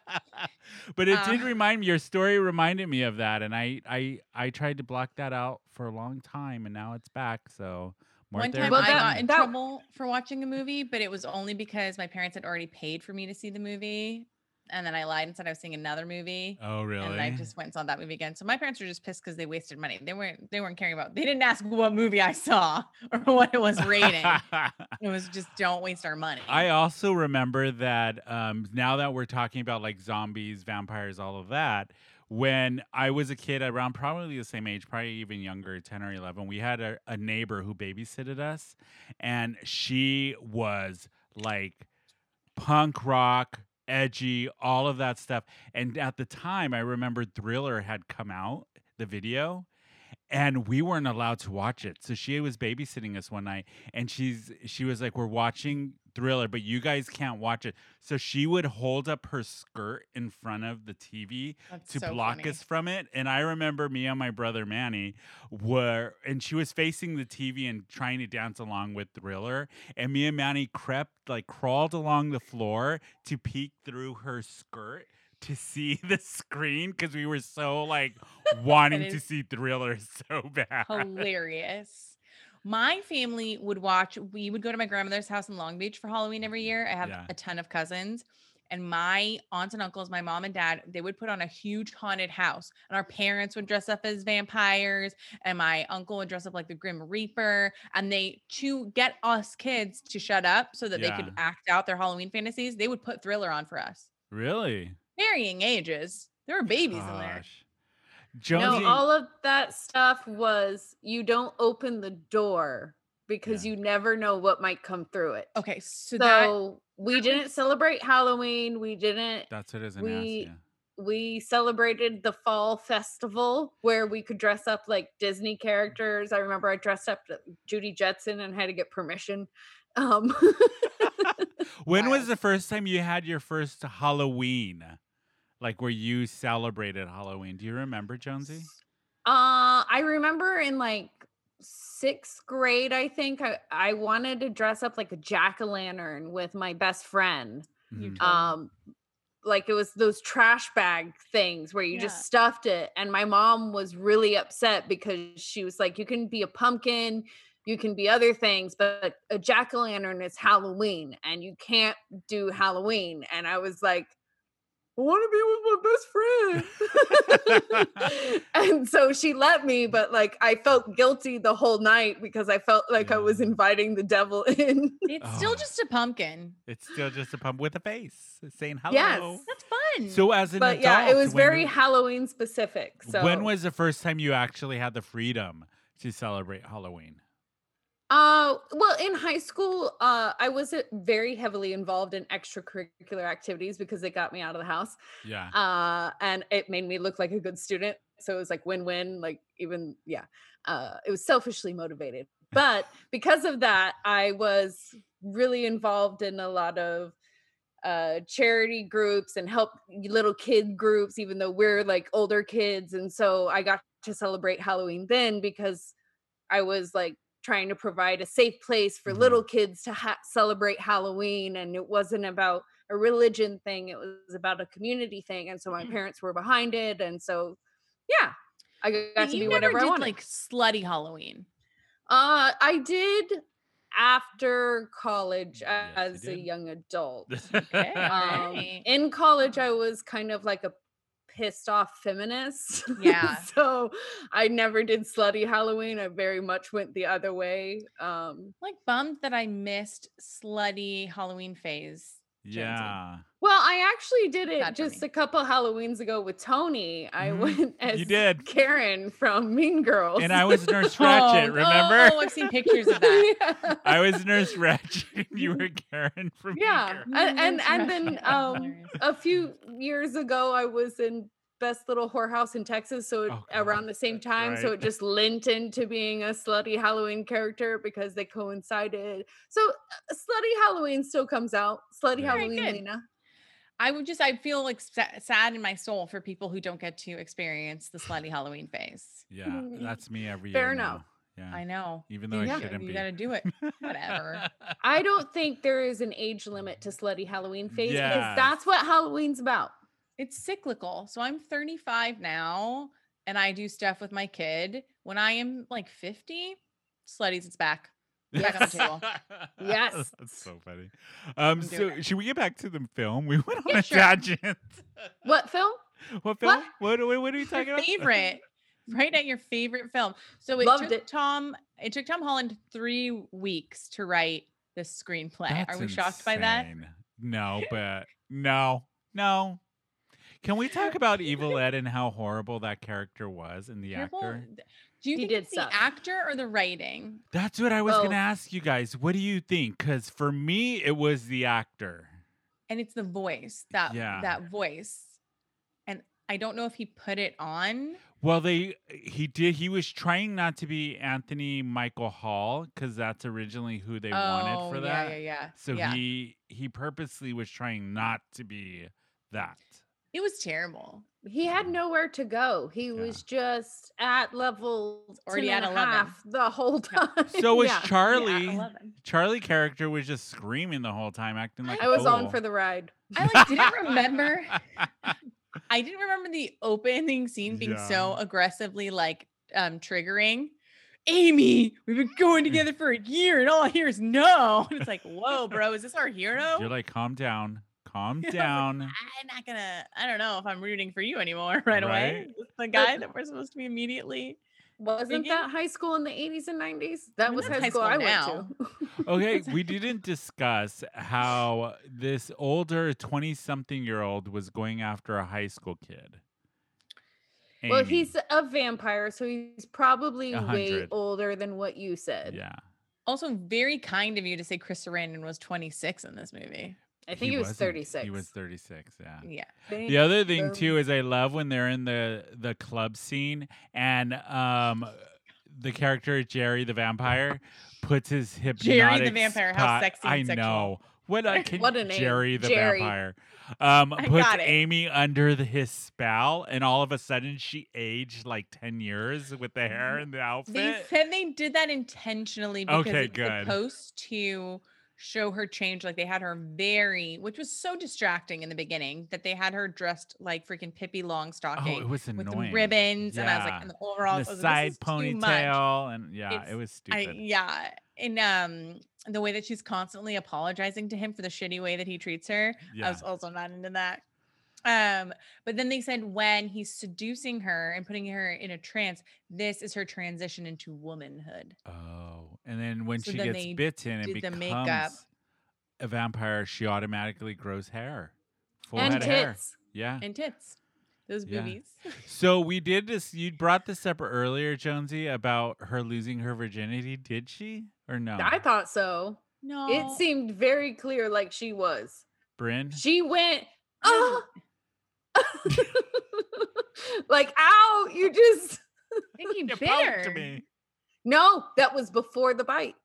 but it did Uh, remind me. Your story reminded me of that, and I, I, I tried to block that out for a long time, and now it's back. So more One time therapy. Well, I that- got in that- trouble for watching a movie, but it was only because my parents had already paid for me to see the movie. And then I lied and said I was seeing another movie. Oh really? And I just went and saw that movie again. So my parents were just pissed because they wasted money. They weren't they weren't caring about they didn't ask what movie I saw *laughs* or what it was *laughs* rating. it was just don't waste our money. I also remember that um, now that we're talking about like zombies, vampires, all of that. When I was a kid, around probably the same age, probably even younger, ten or eleven, we had a, a neighbor who babysitted us, and she was like punk rock, edgy, all of that stuff. And at the time, I remember Thriller had come out, the video, and we weren't allowed to watch it. So she was babysitting us one night, and she's she was like, "We're watching Thriller, but you guys can't watch it." So she would hold up her skirt in front of the TV That's to so block funny. us from it. And I remember me and my brother Manny were, and she was facing the TV and trying to dance along with Thriller. And me and Manny crept, like crawled along the floor to peek through her skirt to see *laughs* the screen because we were so like *laughs* wanting That to is see Thriller *laughs* so bad. hilarious. My family would watch, we would go to my grandmother's house in Long Beach for Halloween every year. I have Yeah. a ton of cousins. And my aunts and uncles, my mom and dad, they would put on a huge haunted house. And our parents would dress up as vampires. And my uncle would dress up like the Grim Reaper. And they, to get us kids to shut up so that they Yeah. could act out their Halloween fantasies, they would put thriller on for us. Really? Varying ages. There were babies in there. Gosh. Jonesy, No, all of that stuff was you don't open the door because Yeah. you never know what might come through it. Okay. So, So, that we didn't celebrate Halloween. We didn't. that's what it is. an we- ass, We celebrated the fall festival where we could dress up like Disney characters. I remember I dressed up to Judy Jetson and had to get permission. Um, *laughs* yeah. When was wild. the first time you had your first Halloween? Like where you celebrated Halloween? Do you remember, Jonesy? Uh, I remember in like sixth grade, I think I, I wanted to dress up like a jack o' lantern with my best friend. you Mhm. told Um, like it was those trash bag things where you Yeah. just stuffed it. And my mom was really upset because she was like, You can be a pumpkin, you can be other things, but a jack o' lantern is Halloween and you can't do Halloween. And I was like, I want to be with my best *laughs* friend. *laughs* and so she let me, but like I felt guilty the whole night because I felt like I was Yeah. inviting the devil *laughs* in. It's still Oh. just a pumpkin. It's still just a pump with a face saying Yes. hello. That's fun. So as an but adult, yeah, it was when very w- Halloween specific. So When was the first time you actually had the freedom to celebrate Halloween? Uh, well, in high school, uh, I was uh, very heavily involved in extracurricular activities because it got me out of the house. Yeah. Uh, and it made me look like a good student. So it was like win win, like even, yeah, uh, it was selfishly motivated. But because of that, I was really involved in a lot of uh charity groups and help little kid groups even though we're like older kids and so i got to celebrate halloween then because i was like trying to provide a safe place for Mhm. Mm-hmm. little kids to ha- celebrate halloween and it wasn't about a religion thing it was about a community thing and so Mm. my parents were behind it and so yeah i got But to you be never whatever did i wanted like slutty Halloween. uh, I did after college Yes, you as a did. young adult. Okay. *laughs* Um, Alright. *laughs* in college, I was kind of like a pissed off feminist. *laughs* Yeah. so I never did slutty Halloween. I very much went the other way. Um, *laughs* Like bummed that I missed slutty Halloween phase. yeah. well, I actually did it Not for just me. a couple Halloweens ago with Tony. I Mhm. went as You did. Karen from Mean *laughs* Girls. And I was Nurse Ratchet, Oh, remember? Oh, I've seen pictures of *laughs* that. Yeah. I was Nurse Ratchet and *laughs* you were Karen from Mean Yeah. Girls. And- and- and then, *laughs* That's um, hilarious. a few years ago I was in Best Little Whorehouse in Texas, so it, Oh, God, around the same that's time, so right. it just lent into being a slutty Halloween character because they coincided. So uh, slutty Halloween still comes out. Slutty Yeah. Very Halloween, good. Lena. I would just I feel like sa- sad in my soul for people who don't get to experience the slutty Halloween phase. Yeah, that's me every year. Fair now. enough. Yeah. Mm-hmm. I know. Even though Yeah. I shouldn't you be. got to do it. *laughs* Whatever. I don't think there is an age limit to slutty Halloween phase because Yes. that's what Halloween's about. it's cyclical. So I'm 35 now and I do stuff with my kid. When I am like 50, slutties, it's back. Back on the table. Yes. *laughs* That's so funny. I'm Um, doing so should we get back to the film? *laughs* We went on Yeah, a sure. tangent. *laughs* What film? What film? What, what, what are you Your *laughs* talking about? *laughs* favorite. Right at your favorite film. So it Loved took it. Tom, it took Tom Holland three weeks to write this screenplay. That's Are we shocked by that? insane. *laughs* No, but no, no. Can we talk about Evil Ed and how horrible that character was and the Terrible- actor? th- Do you He think did it's suck. the actor or the writing? That's what I was going Both. to ask you guys. What do you think? Because for me, it was the actor. and it's the voice that Yeah. that voice and i don't know if he put it on Well, they he did. He was trying not to be Anthony Michael Hall because that's originally who they Oh, wanted for Oh, yeah that. yeah yeah So yeah he he purposely was trying not to be *laughs* that. it was *laughs* terrible He had nowhere to go. He was just at level already 10 at and a 11. half the whole *laughs* Yeah. time. So was Yeah. Yeah, at Charlie. 11. Charlie character was just screaming the whole time, acting like "Oh." I was on fool. for the *laughs* ride. i like didn't remember i didn't remember the opening scene being so aggressively like um triggering amy we've been *laughs* going together for a year and all i hear is no and it's like whoa bro is this our hero *laughs* You're like, calm down, calm *laughs* Yeah, I was like, down. I'm not gonna. I don't know if I'm rooting for you anymore *laughs* right, away. Right? Is this The guy that we're supposed to be immediately. Wasn't Speaking- that high school in the 80s and 90s? That mean, that's was Mm-hmm. high school, I now. went to. *laughs* Okay, we didn't discuss how this older 20 something year old was going after a high school kid. Well, Amy. he's a vampire, so he's probably Mm. A way hundred. older than what you said. yeah, Also, very kind of you to say Chris Sarandon was 26 in this movie. I think he, was wasn't. 36. He was 36, yeah. Yeah, The other thing too is I love when they're in the the club scene and um the character Jerry the vampire puts his hypnotic Jerry the vampire, how spot- sexy and I sexual. know. *laughs* What a, can, What a name, Jerry the Jerry. vampire um I puts got it. Amy under the, his spell and all of a sudden she aged like 10 years with the hair and the outfit. they said they did that intentionally because Okay, it's good. supposed to show her change. Like they had her very, which was so distracting in the beginning that they had her dressed like freaking Pippi Longstocking oh, it was with annoying. the ribbons, and I was Yeah. like, and the overalls, I the was like, side this is too much. ponytail and yeah, It's- it was I, stupid. yeah. And um the way that she's constantly apologizing to him for the shitty way that he treats her. I yeah. was also not into that. Um, but then they said when he's seducing her and putting her in a trance, this is her transition into womanhood. Oh, and then when So she then they gets bitten and did the becomes makeup. a vampire, she automatically grows hair, full and head of hair. tits. Yeah. And tits. Those Mm. Yeah. boobies. So we did this. You brought this up earlier, Jonesy, about her losing her virginity. Did she or no? I thought so. No. *laughs* It seemed very clear like she was. Bryn. She went, I oh, *laughs* like, ow, you just. I think he You bit poked her. me. No, that was before the bite.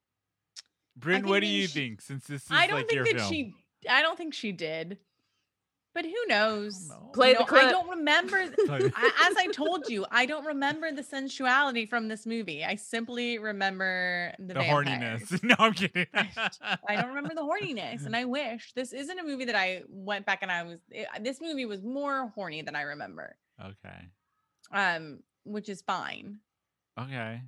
Bryn, think what do that you she- think? Since this is I don't like your think that film, she I don't think she did. But who knows? No. Play the No, clip. I don't remember *laughs* Like- I, as I told you, I don't remember the sensuality from this movie. I simply remember the, the vampires. horniness. *laughs* No, I'm kidding. I don't remember the horniness, and I wish this isn't a movie that I went back and I was. It, this movie was more horny than I remember, okay. um, which is fine. Okay.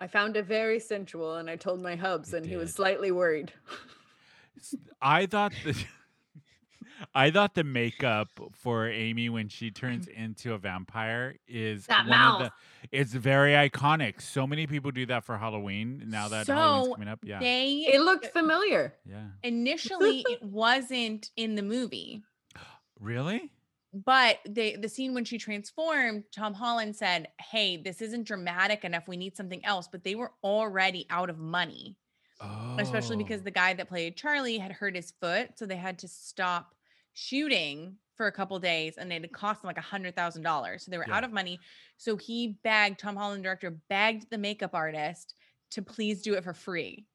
I found it very sensual and I told my hubs It and he was did. slightly worried. S- I thought the *laughs* I thought the makeup for Amy when *laughs* she turns into a vampire is That one of the it's very iconic. So many people do that for Halloween now that Halloween's So coming up. Yeah. They It looked familiar. yeah. initially it wasn't in the movie, Really? but they the scene when she transformed, Tom Holland said, "Hey, this isn't dramatic enough. We need something else." But they were already out of money. Oh. especially because the guy that played Charlie had hurt his foot, so they had to stop shooting for a couple days, and it had cost them like a hundred thousand dollars. So they were out Yeah. of money. So he begged Tom Holland, director, begged the makeup artist to please do it for free,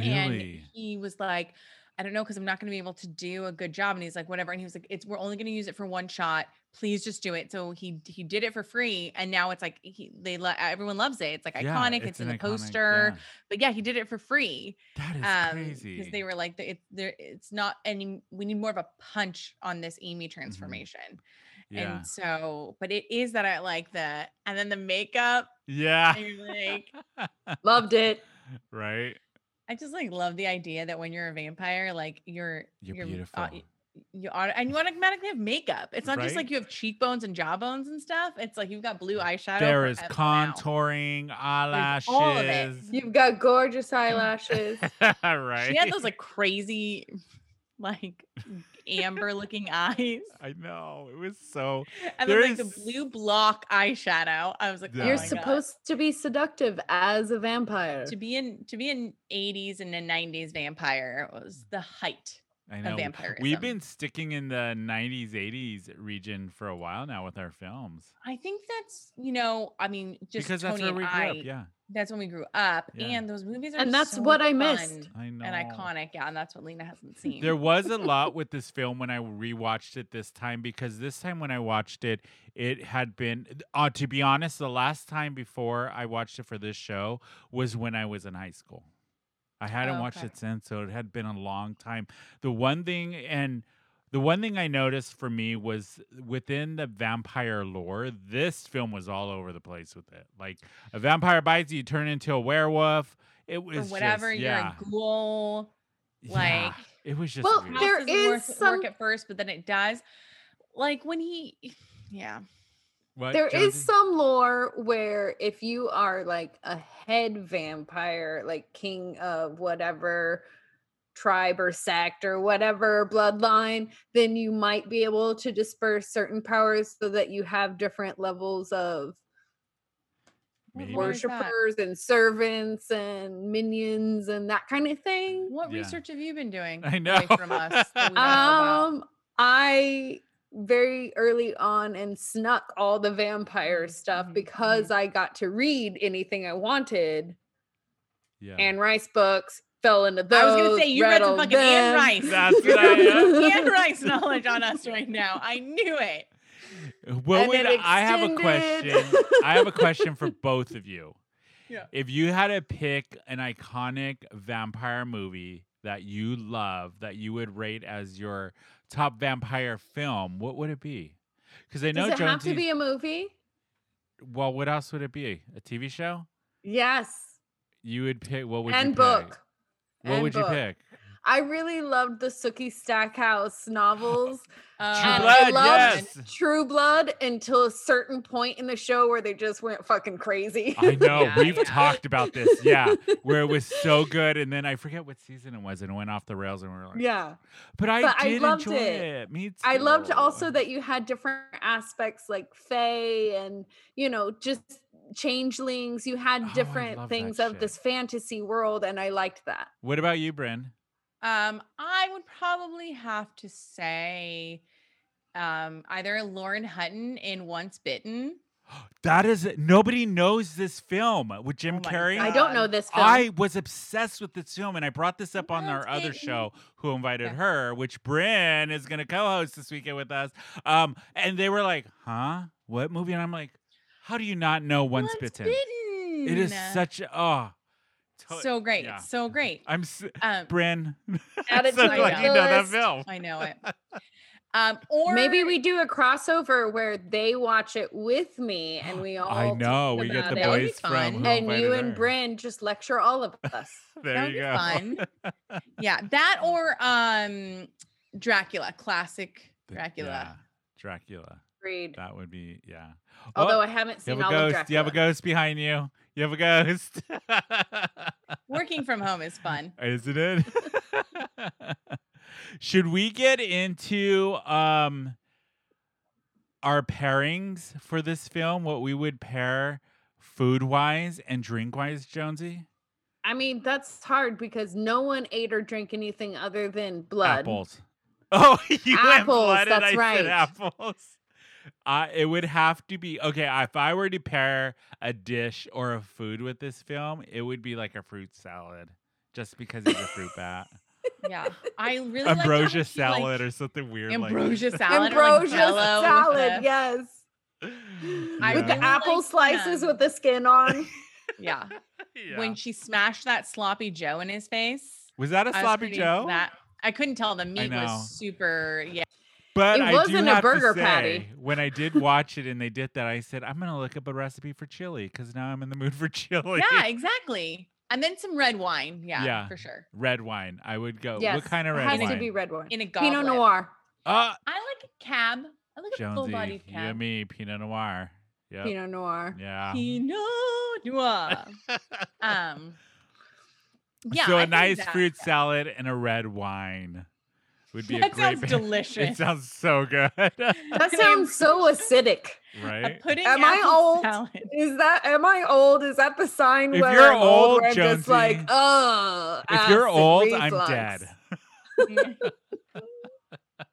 and Oh, really he was like. I don't know because I'm not going to be able to do a good job. And he's like, whatever. And he was like, it's we're only going to use it for one shot. please just do it. So he he did it for free, and now it's like he, they lo- everyone loves it. It's like Yeah, iconic. It's, in the an iconic- poster, but yeah, he did it for free. yeah. That is Um, crazy. because they were like, it, there, it's not any. We need more of a punch on this Amy transformation. Mm-hmm. yeah. And so, but it is that I like that, and then the makeup. yeah. I'm like, Loved it. Right. I just like love the idea that when you're a vampire, like you're You're uh, beautiful. you are, and you automatically have makeup. It's not just Right? like you have cheekbones and jawbones and stuff. It's like you've got blue eyeshadow. there is forever now. contouring, eyelashes. all of it. You've got *laughs* gorgeous eyelashes. Oh *laughs* right. She had those like crazy, like amber looking eyes, I know. It was so. and then like the There's- blue block eyeshadow. I was like, Yeah. "Oh You're my God." supposed to be seductive as a vampire. to be in to be an 80s and a 90s vampire was the height. I know. We've vampirism. been sticking in the 90s, 80s region for a while now with our films. I think that's you know, I mean, just because Tony that's where and we grew I. up. Yeah. That's when we grew up, Yeah. and those movies are And that's so what I missed. fun I know. And iconic, yeah, and that's what Lena hasn't seen. There was a lot with this film when I rewatched it this time because this time when I watched it, it had been, uh, to be honest, the last time before I watched it for this show was when I was in high school. I hadn't Oh, watched okay. it since, so it had been a long time. The one thing, and the one thing I noticed for me was within the vampire lore, this film was all over the place with it. Like a vampire bites you, you turn into a werewolf. It or was whatever. just- you're yeah, a ghoul. yeah. Like It was just Well, weird. house There doesn't is work, some- work at first, but then it does. Like when he, yeah, What, There is Josie? some lore where if you are like a head vampire, like king of whatever tribe or sect or whatever bloodline, then you might be able to disperse certain powers so that you have different levels of Maybe. Where is that? worshippers and servants and minions and that kind of thing. What Yeah. research have you been doing? I away know. from us. that we don't know about? Um, I very early on and snuck all the vampire stuff mhm, because I got to read anything I wanted. Yeah. *laughs* Anne Rice books fell into those. I was gonna say you read some all fucking Anne them. Rice. *laughs* That's what I am. Anne Rice knowledge on us right now. I knew it. what and would it I have a extended. question? I have a question *laughs* for both of you. Yeah. If you had to pick an iconic vampire movie that you love that you would rate as your top vampire film, what would it be? Because I know Does it have to Jonesy's- be a movie? well, what else would it be? A TV show? Yes, You would pick. What would you and pick? book. What And would book. you pick? I really loved the Sookie Stackhouse novels. *laughs* True Um, Blood, I loved yes. True Blood until a certain point in the show where they just went fucking crazy. *laughs* I know Yeah, we've yeah. talked about this, yeah, where it was so good, and then I forget what season it was, and it went off the rails, and we were like, yeah. But I But I did loved enjoy it. it. Me too. I loved Oh, also that you had different aspects like Fae and, you know, just changelings. You Oh, I had love different that things of shit. this fantasy world, and I liked that. What about you, Bryn? Um, I would probably have to say um either Lauren Hutton in Once Bitten. That is nobody knows this film with Jim Oh my Carrey. I don't know God. this film. I was obsessed with this film, and I brought this up on our Once other bitten. show, who invited Yeah. her, which Bryn is going to co-host this weekend with us. Um, and they were like, "Huh? What movie?" And I'm like, "How do you not know Once, bitten? It is Bitten. such a oh, to- so great. yeah. It's so great. I'm s- Um Bryn. *laughs* Add it so to my glad you know that list. film. *laughs* I know *laughs* it. Um or Maybe we do a crossover where they watch it with me *gasps* and we all I talk know we get about the it. That would be boys fun. from Who And you Invited and Her. Bryn just lecture all of *laughs* us. There that would you be go. *laughs* fun. yeah, that or um Dracula, classic Th- Dracula. yeah, Dracula. Read. That would be yeah. Oh, Although I haven't you seen have a all of ghost. You have a Dracula. ghost behind you. You have a ghost. *laughs* Working from home is fun. Isn't it? *laughs* Should we get into um our pairings for this film? What we would pair food wise and drink wise, Jonesy? I mean, that's hard because no one ate or drank anything other than blood. Apples. *laughs* Oh, you went Apples, blood and that's I said right. apples. *laughs* Uh, it would have to be okay. If I were to pair a dish or a *laughs* food with this film, it would be like a fruit salad, just because it's a fruit bat. Yeah. I really like how ambrosia she, like, salad or something weird ambrosia salad. or, like, Ambrosia jello with salad, the- yes. *laughs* I like with the really apple liked slices um, them. with the *laughs* skin on. yeah. Yeah. When she smashed that sloppy Joe in his face. was that a I was sloppy pretty- joe That I couldn't tell. The meat know. was super. *laughs* Yeah. but It I do wasn't a have to burger patty. say, when i did watch it and they did that i said i'm gonna look up a recipe for chili because now i'm in the mood for *laughs* chili Yeah. Exactly. And then some red wine. Yeah. Yeah. For sure. red wine i would go Yes, Oh, what kind of it red has wine to be red wine. In a goblet. Pinot Noir. uh I like a cab. I like a full jonesy bodied you and cab. me pinot noir yep. Pinot Noir. yeah Pinot *laughs* Noir. um. Yeah. so a a nice fruit salad and a red wine would be a That great sounds ba- *laughs* delicious. it sounds so good *laughs* *laughs* That sounds so acidic. A right pudding Am I apple old? salad. *laughs* Is that am I old? Is that the sign If where you're I'm old, old, where I'm just Jonesy, like, oh if you're acid old i'm reflux." *gasps* dead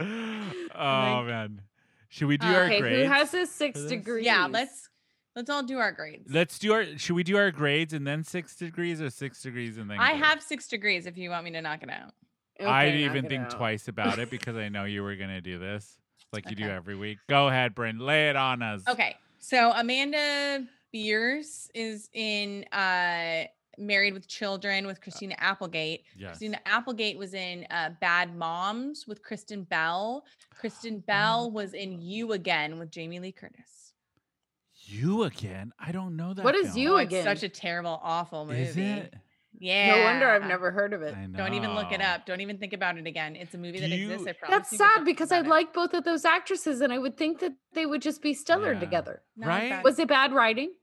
oh man should we do our okay, grades who has his six this? degrees? Yeah, let's let's all do our grades. let's do our should we do our grades and then six degrees or six degrees and then I grades? have six degrees if you want me to knock it out. Okay, i knock didn't even it think out. twice about it because i know you were gonna do this like you do Okay. every week go ahead Bryn. lay it on us Okay. So Amanda Beers is in uh Married with Children with Christina Applegate. yes. Christina Applegate was in uh, Bad Moms with Kristen Bell. Kristen Bell was in You Again with Jamie Lee Curtis. you again i don't know that What is film. You Oh, it's Again? such a terrible, awful movie. is it Yeah. No wonder I've never heard of it. I Don't even look it know. up. Don't even think about it again. It's a movie Do that you- exists. I promise That's you, but don't sad think because I about it. like both of those actresses, and I would think that they would just be stellar Yeah. together. No, Right? bad. Was it bad writing?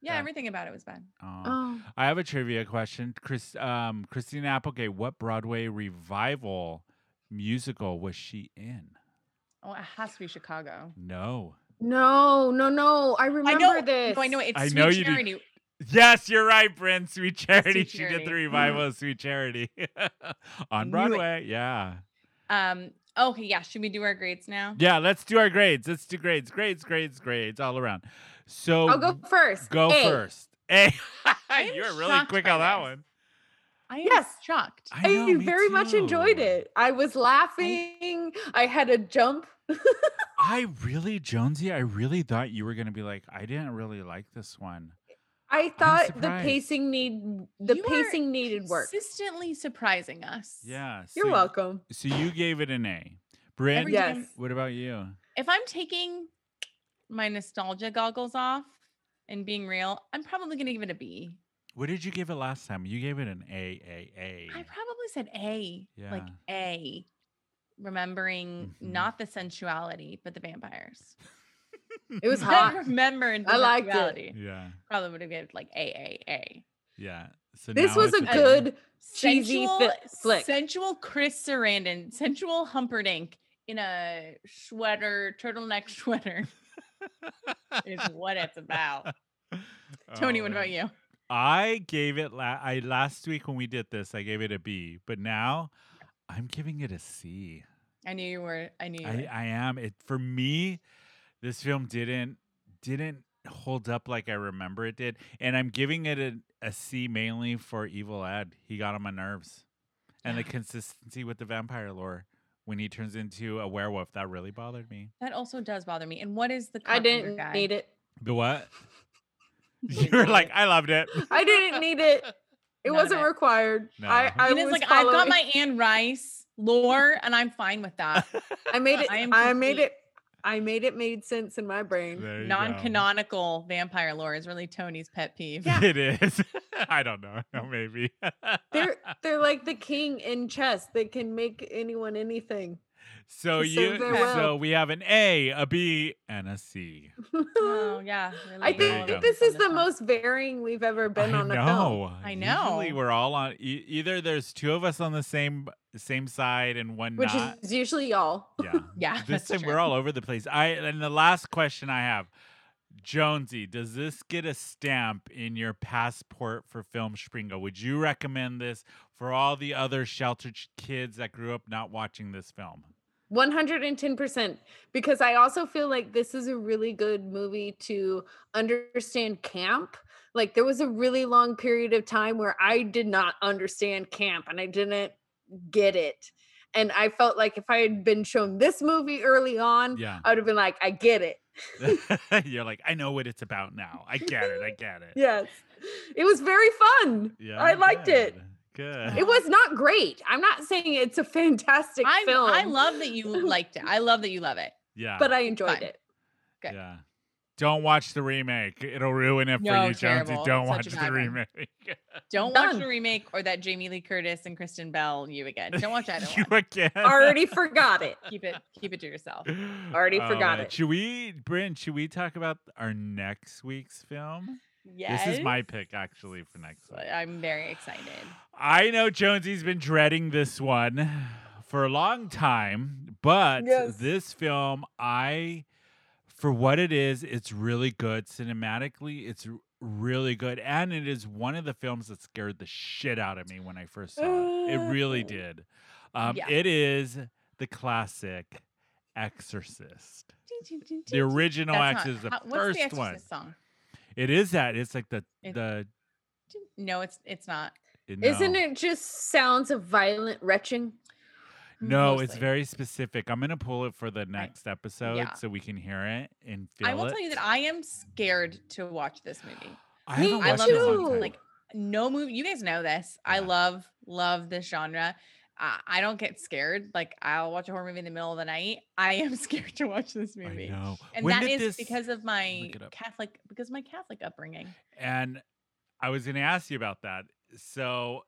yeah, Yeah. everything about it was bad. Oh. Oh, I have a trivia question. Chris, um, Christina Applegate, what Broadway revival musical was she in? Oh, it has to be Chicago. No. no, no, no! I remember I know this. No, I know it. it's I Sweet know you do. Charity. Yes, you're right, Bryn. Sweet Charity. Sweet she did the Charity. revival of Sweet Charity *laughs* knew it. on Broadway. Yeah. Um. Okay. Yeah. Should we do our grades now? Yeah, let's do our grades. Let's do grades, grades, grades, grades all around. So I'll Oh, go first. Oh, go A. first. *laughs* Hey, am you were really shocked quick by on that this. one. I am Yes. shocked. I I, know, me very much enjoyed too. it. I was laughing. I had a jump. I really, Jonesy, I really thought you were going to be like, I didn't really like this one. I thought the surprised. pacing need the You are pacing needed work. Consistently surprising us. Yeah. You're so- *laughs* welcome. So you gave it an A. Bryn, Every time- Yes. what about you? If I'm taking my nostalgia goggles off and being real, I'm probably gonna give it a B. What did you give it last time? You gave it an A, A, A. I probably said A. Like Yeah. A. Remembering Mhm. not the sensuality, but the vampires. *laughs* It was Then hot. Remembering the I liked it. sensuality. Yeah. Probably would have given like A A A. Yeah. So This now was a it's good *laughs* cheesy sensual, fi- flick. sensual Chris Sarandon, sensual Humperdinck in a sweater, turtleneck *laughs* sweater is what it's *laughs* about. Tony, Oh, what about man. you? I gave it la- I last week when we did this, I gave it a B, but now I'm giving it a C. I knew you were. I knew you. I, were. I am. It for me, this film didn't didn't hold up like I remember it did, and I'm giving it a, a C mainly for Evil Ed. He got on my nerves, and the consistency with the vampire lore when he turns into a werewolf that really bothered me. that also does bother me. And what is the? I carpenter didn't guy? *laughs* need it. The what? you were like, I loved it. I didn't need it. It None of wasn't it. required. No. I, I Gina's was like, I've got following- my Anne Rice lore, and I'm fine with that. I made it. *laughs* I am I, made complete. it. I made it made sense in my brain. *laughs* There you go. Non-canonical vampire lore is really Tony's pet peeve. *laughs* It is. I don't know. *laughs* Maybe. *laughs* They're they're like the king in chess. They can make anyone anything. so They serve you. their well. So we have an A, a B, and a C. *laughs* Oh yeah. really *laughs* I all There you think over go. this on is the one. most varying we've ever been I on a film. know. I Usually know. we're all on e- either there's two of us on the same same side and one Which *laughs* not. is usually y'all. yeah. Yeah. This Ah, that's time true. we're all over the place. I and the last question I have, Jonesy, does this get a stamp in your passport for Film Springo? Would you recommend this for all the other sheltered ch- kids that grew up not watching this film? 110% because I also feel like this is a really good movie to understand camp. Like there was a really long period of time where I did not understand camp and I didn't get it. And I felt like if I had been shown this movie early on, Yeah. *laughs* I would have been like, I get it. You're like, I know what it's about now. I get it. I get *laughs* it. Yes. It was very fun. Yeah, I liked it. Good. It was not great. I'm not saying it's a fantastic I, film. I love that *laughs* you liked it. I love that you love it. yeah. but I enjoyed Fine. it. Okay. Yeah. Don't watch the remake. It'll ruin it for No, you, Jonesy. terrible. Don't watch Such a the bad one. remake. Don't watch Done. the remake or that Jamie Lee Curtis and Kristen Bell you again. Don't watch either *laughs* you one. again. Already *laughs* forgot it. Keep it keep it to yourself. Already All forgot right. it. Oh, Should we, Bryn? Should we talk about our next week's film? Yes. This is my pick, actually, for next week. I'm very excited. I know Jonesy's been dreading this one for a long time, but Yes. this film, I, for what it is, it's really good. Cinematically, it's r- really good. And it is one of the films that scared the shit out of me when I first saw *gasps* it. It really did. Um, Yeah. It is the classic Exorcist. The original That's Exorcist, not- the how- what's first the one. Exorcist song? It is that. It's like the, It- the, No, it's it's not. Isn't no. it just sounds of violent retching? Mm-hmm. No, it's Mostly. very specific. I'm gonna pull it for the next episode Yeah. so we can hear it and feel I will it. tell you that I am scared to watch this movie. I Me haven't I watched love it this in a long too. time. Like no movie. You guys know this. I Yeah. love love this genre. I, I don't get scared. Like I'll watch a horror movie in the middle of the night. *laughs* I am scared to watch this I movie. know. And When that did is this- because of my look it up. Catholic because of my Catholic upbringing. And I was gonna ask you about that. So,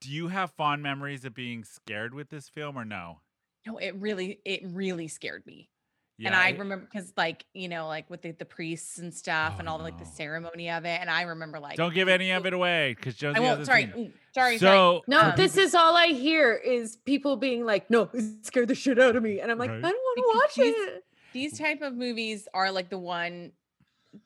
do you have fond memories of being scared with this film or no? No, it really it really scared me. Yeah, eh, and I it- remember because like, you know, like with the, the priests and stuff Oh, and all like the no. ceremony of it. And I remember like don't give it- any of it away because Josie I won't. hasn't Sorry. seen it. mm, Sorry. sorry. So No, for this people- is all I hear is people being like, "No, it scared the shit out of me," and I'm like, Right. "I don't want Because to watch she's- it." these type of movies are like the one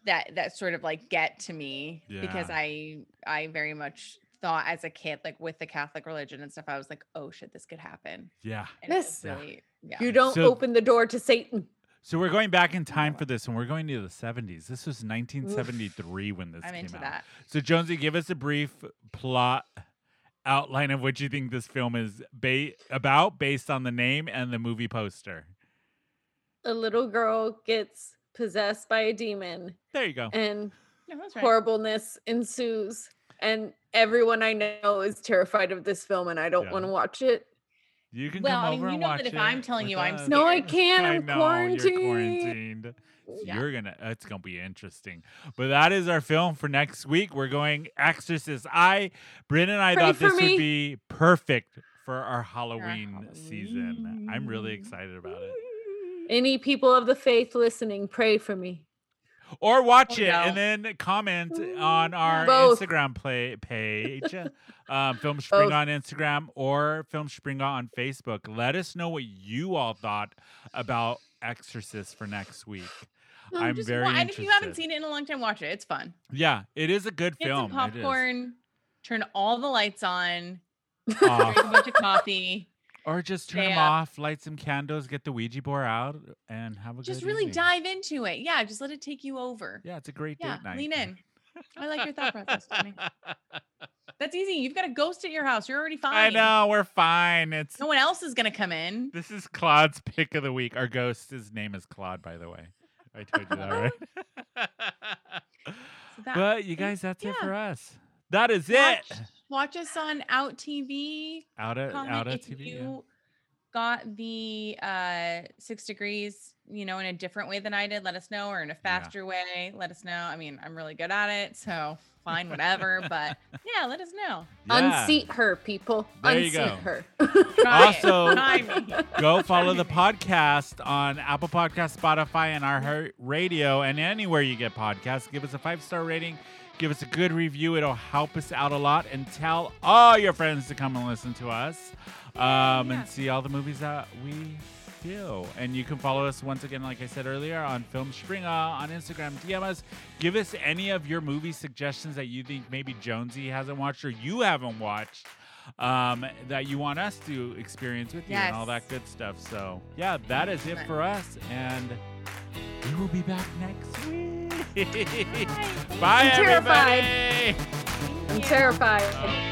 that that sort of like get to me because Yeah. I I very much thought as a kid like with the Catholic religion and stuff I was like oh shit this could happen yeah. and it was Yes. Yeah. really yeah You don't So- open the door to Satan. So we're going back in time wow. for this, and we're going to the 70s. This was 1973 when this I'm came into out. that So Jonesy, give us a brief plot outline of what you think this film is ba- about, based on the name and the movie poster. A little girl gets possessed by a demon, There you go. and no, that's right. horribleness ensues. And everyone I know is terrified of this film, and I don't Yeah. want to watch it. You can well, come I over mean, you and know that watch if I'm it telling you with I'm us. *laughs* No, I scared. can't. I I'm know, quarantined. You're quarantined. So Yeah. You're gonna. It's gonna be interesting. But that is our film for next week. We're going Exorcist. I, Brynn, and I Pray thought for this me. would be perfect for our Halloween, season. I'm really Halloween. excited about it. Any people of the faith listening, pray for me. or watch Oh, it and no. Mm, then comment on our Both. Instagram play *laughs* page, um, Film Spring Both. on Instagram or Film Spring on Facebook. Let us know what you all thought about Exorcist for next week. No, I'm just very wa- and if you haven't interested. seen it in a long time watch it it's fun Yeah, it is a good get film. some popcorn turn all the lights on It is. *laughs* Off. drink a bunch of *laughs* coffee or just turn them Yeah. off, light some candles, get the Ouija board out, and have a just good really evening. dive into it yeah just let it take you over Yeah, it's a great Yeah, date night. *laughs* lean in. I like your thought process, Tony. That's easy. You've got a ghost at your house. You're already fine. I know we're fine. It's No one else is going to come in. This is Claude's pick of the week. Our ghost's name is Claude, by the way. I told *laughs* you that, Oh, right? So that- but you guys, that's it yeah. for us. That is Watch, it. watch us on Out TV. Out of Comment out of if TV. yeah. you got the uh, six degrees, you know, in a different way than I did. Let us know, or in a faster way. Let us know. I mean, I'm really good at it, *laughs* so fine, whatever. but yeah, let us know. Yeah. Unseat her, people. There you Unseat go. her. *laughs* Try Also- it. Try me. *laughs* Go follow the podcast on Apple Podcast, Spotify, and our Heart Radio, and anywhere you get podcasts. Give us a five star rating. Give us a good review. It'll help us out a lot. And tell all your friends to come and listen to us um, yeah. and see all the movies that we do. And you can follow us once again, like I said earlier, on Film Springer on Instagram. DM us. Give us any of your movie suggestions that you think maybe Jonesy hasn't watched or you haven't watched um, that you want us to experience with you and all that Yes. good stuff. So, yeah, that is it for us. And we will be back next *laughs* week. Bye, I'm terrified. everybody. I'm terrified. Oh.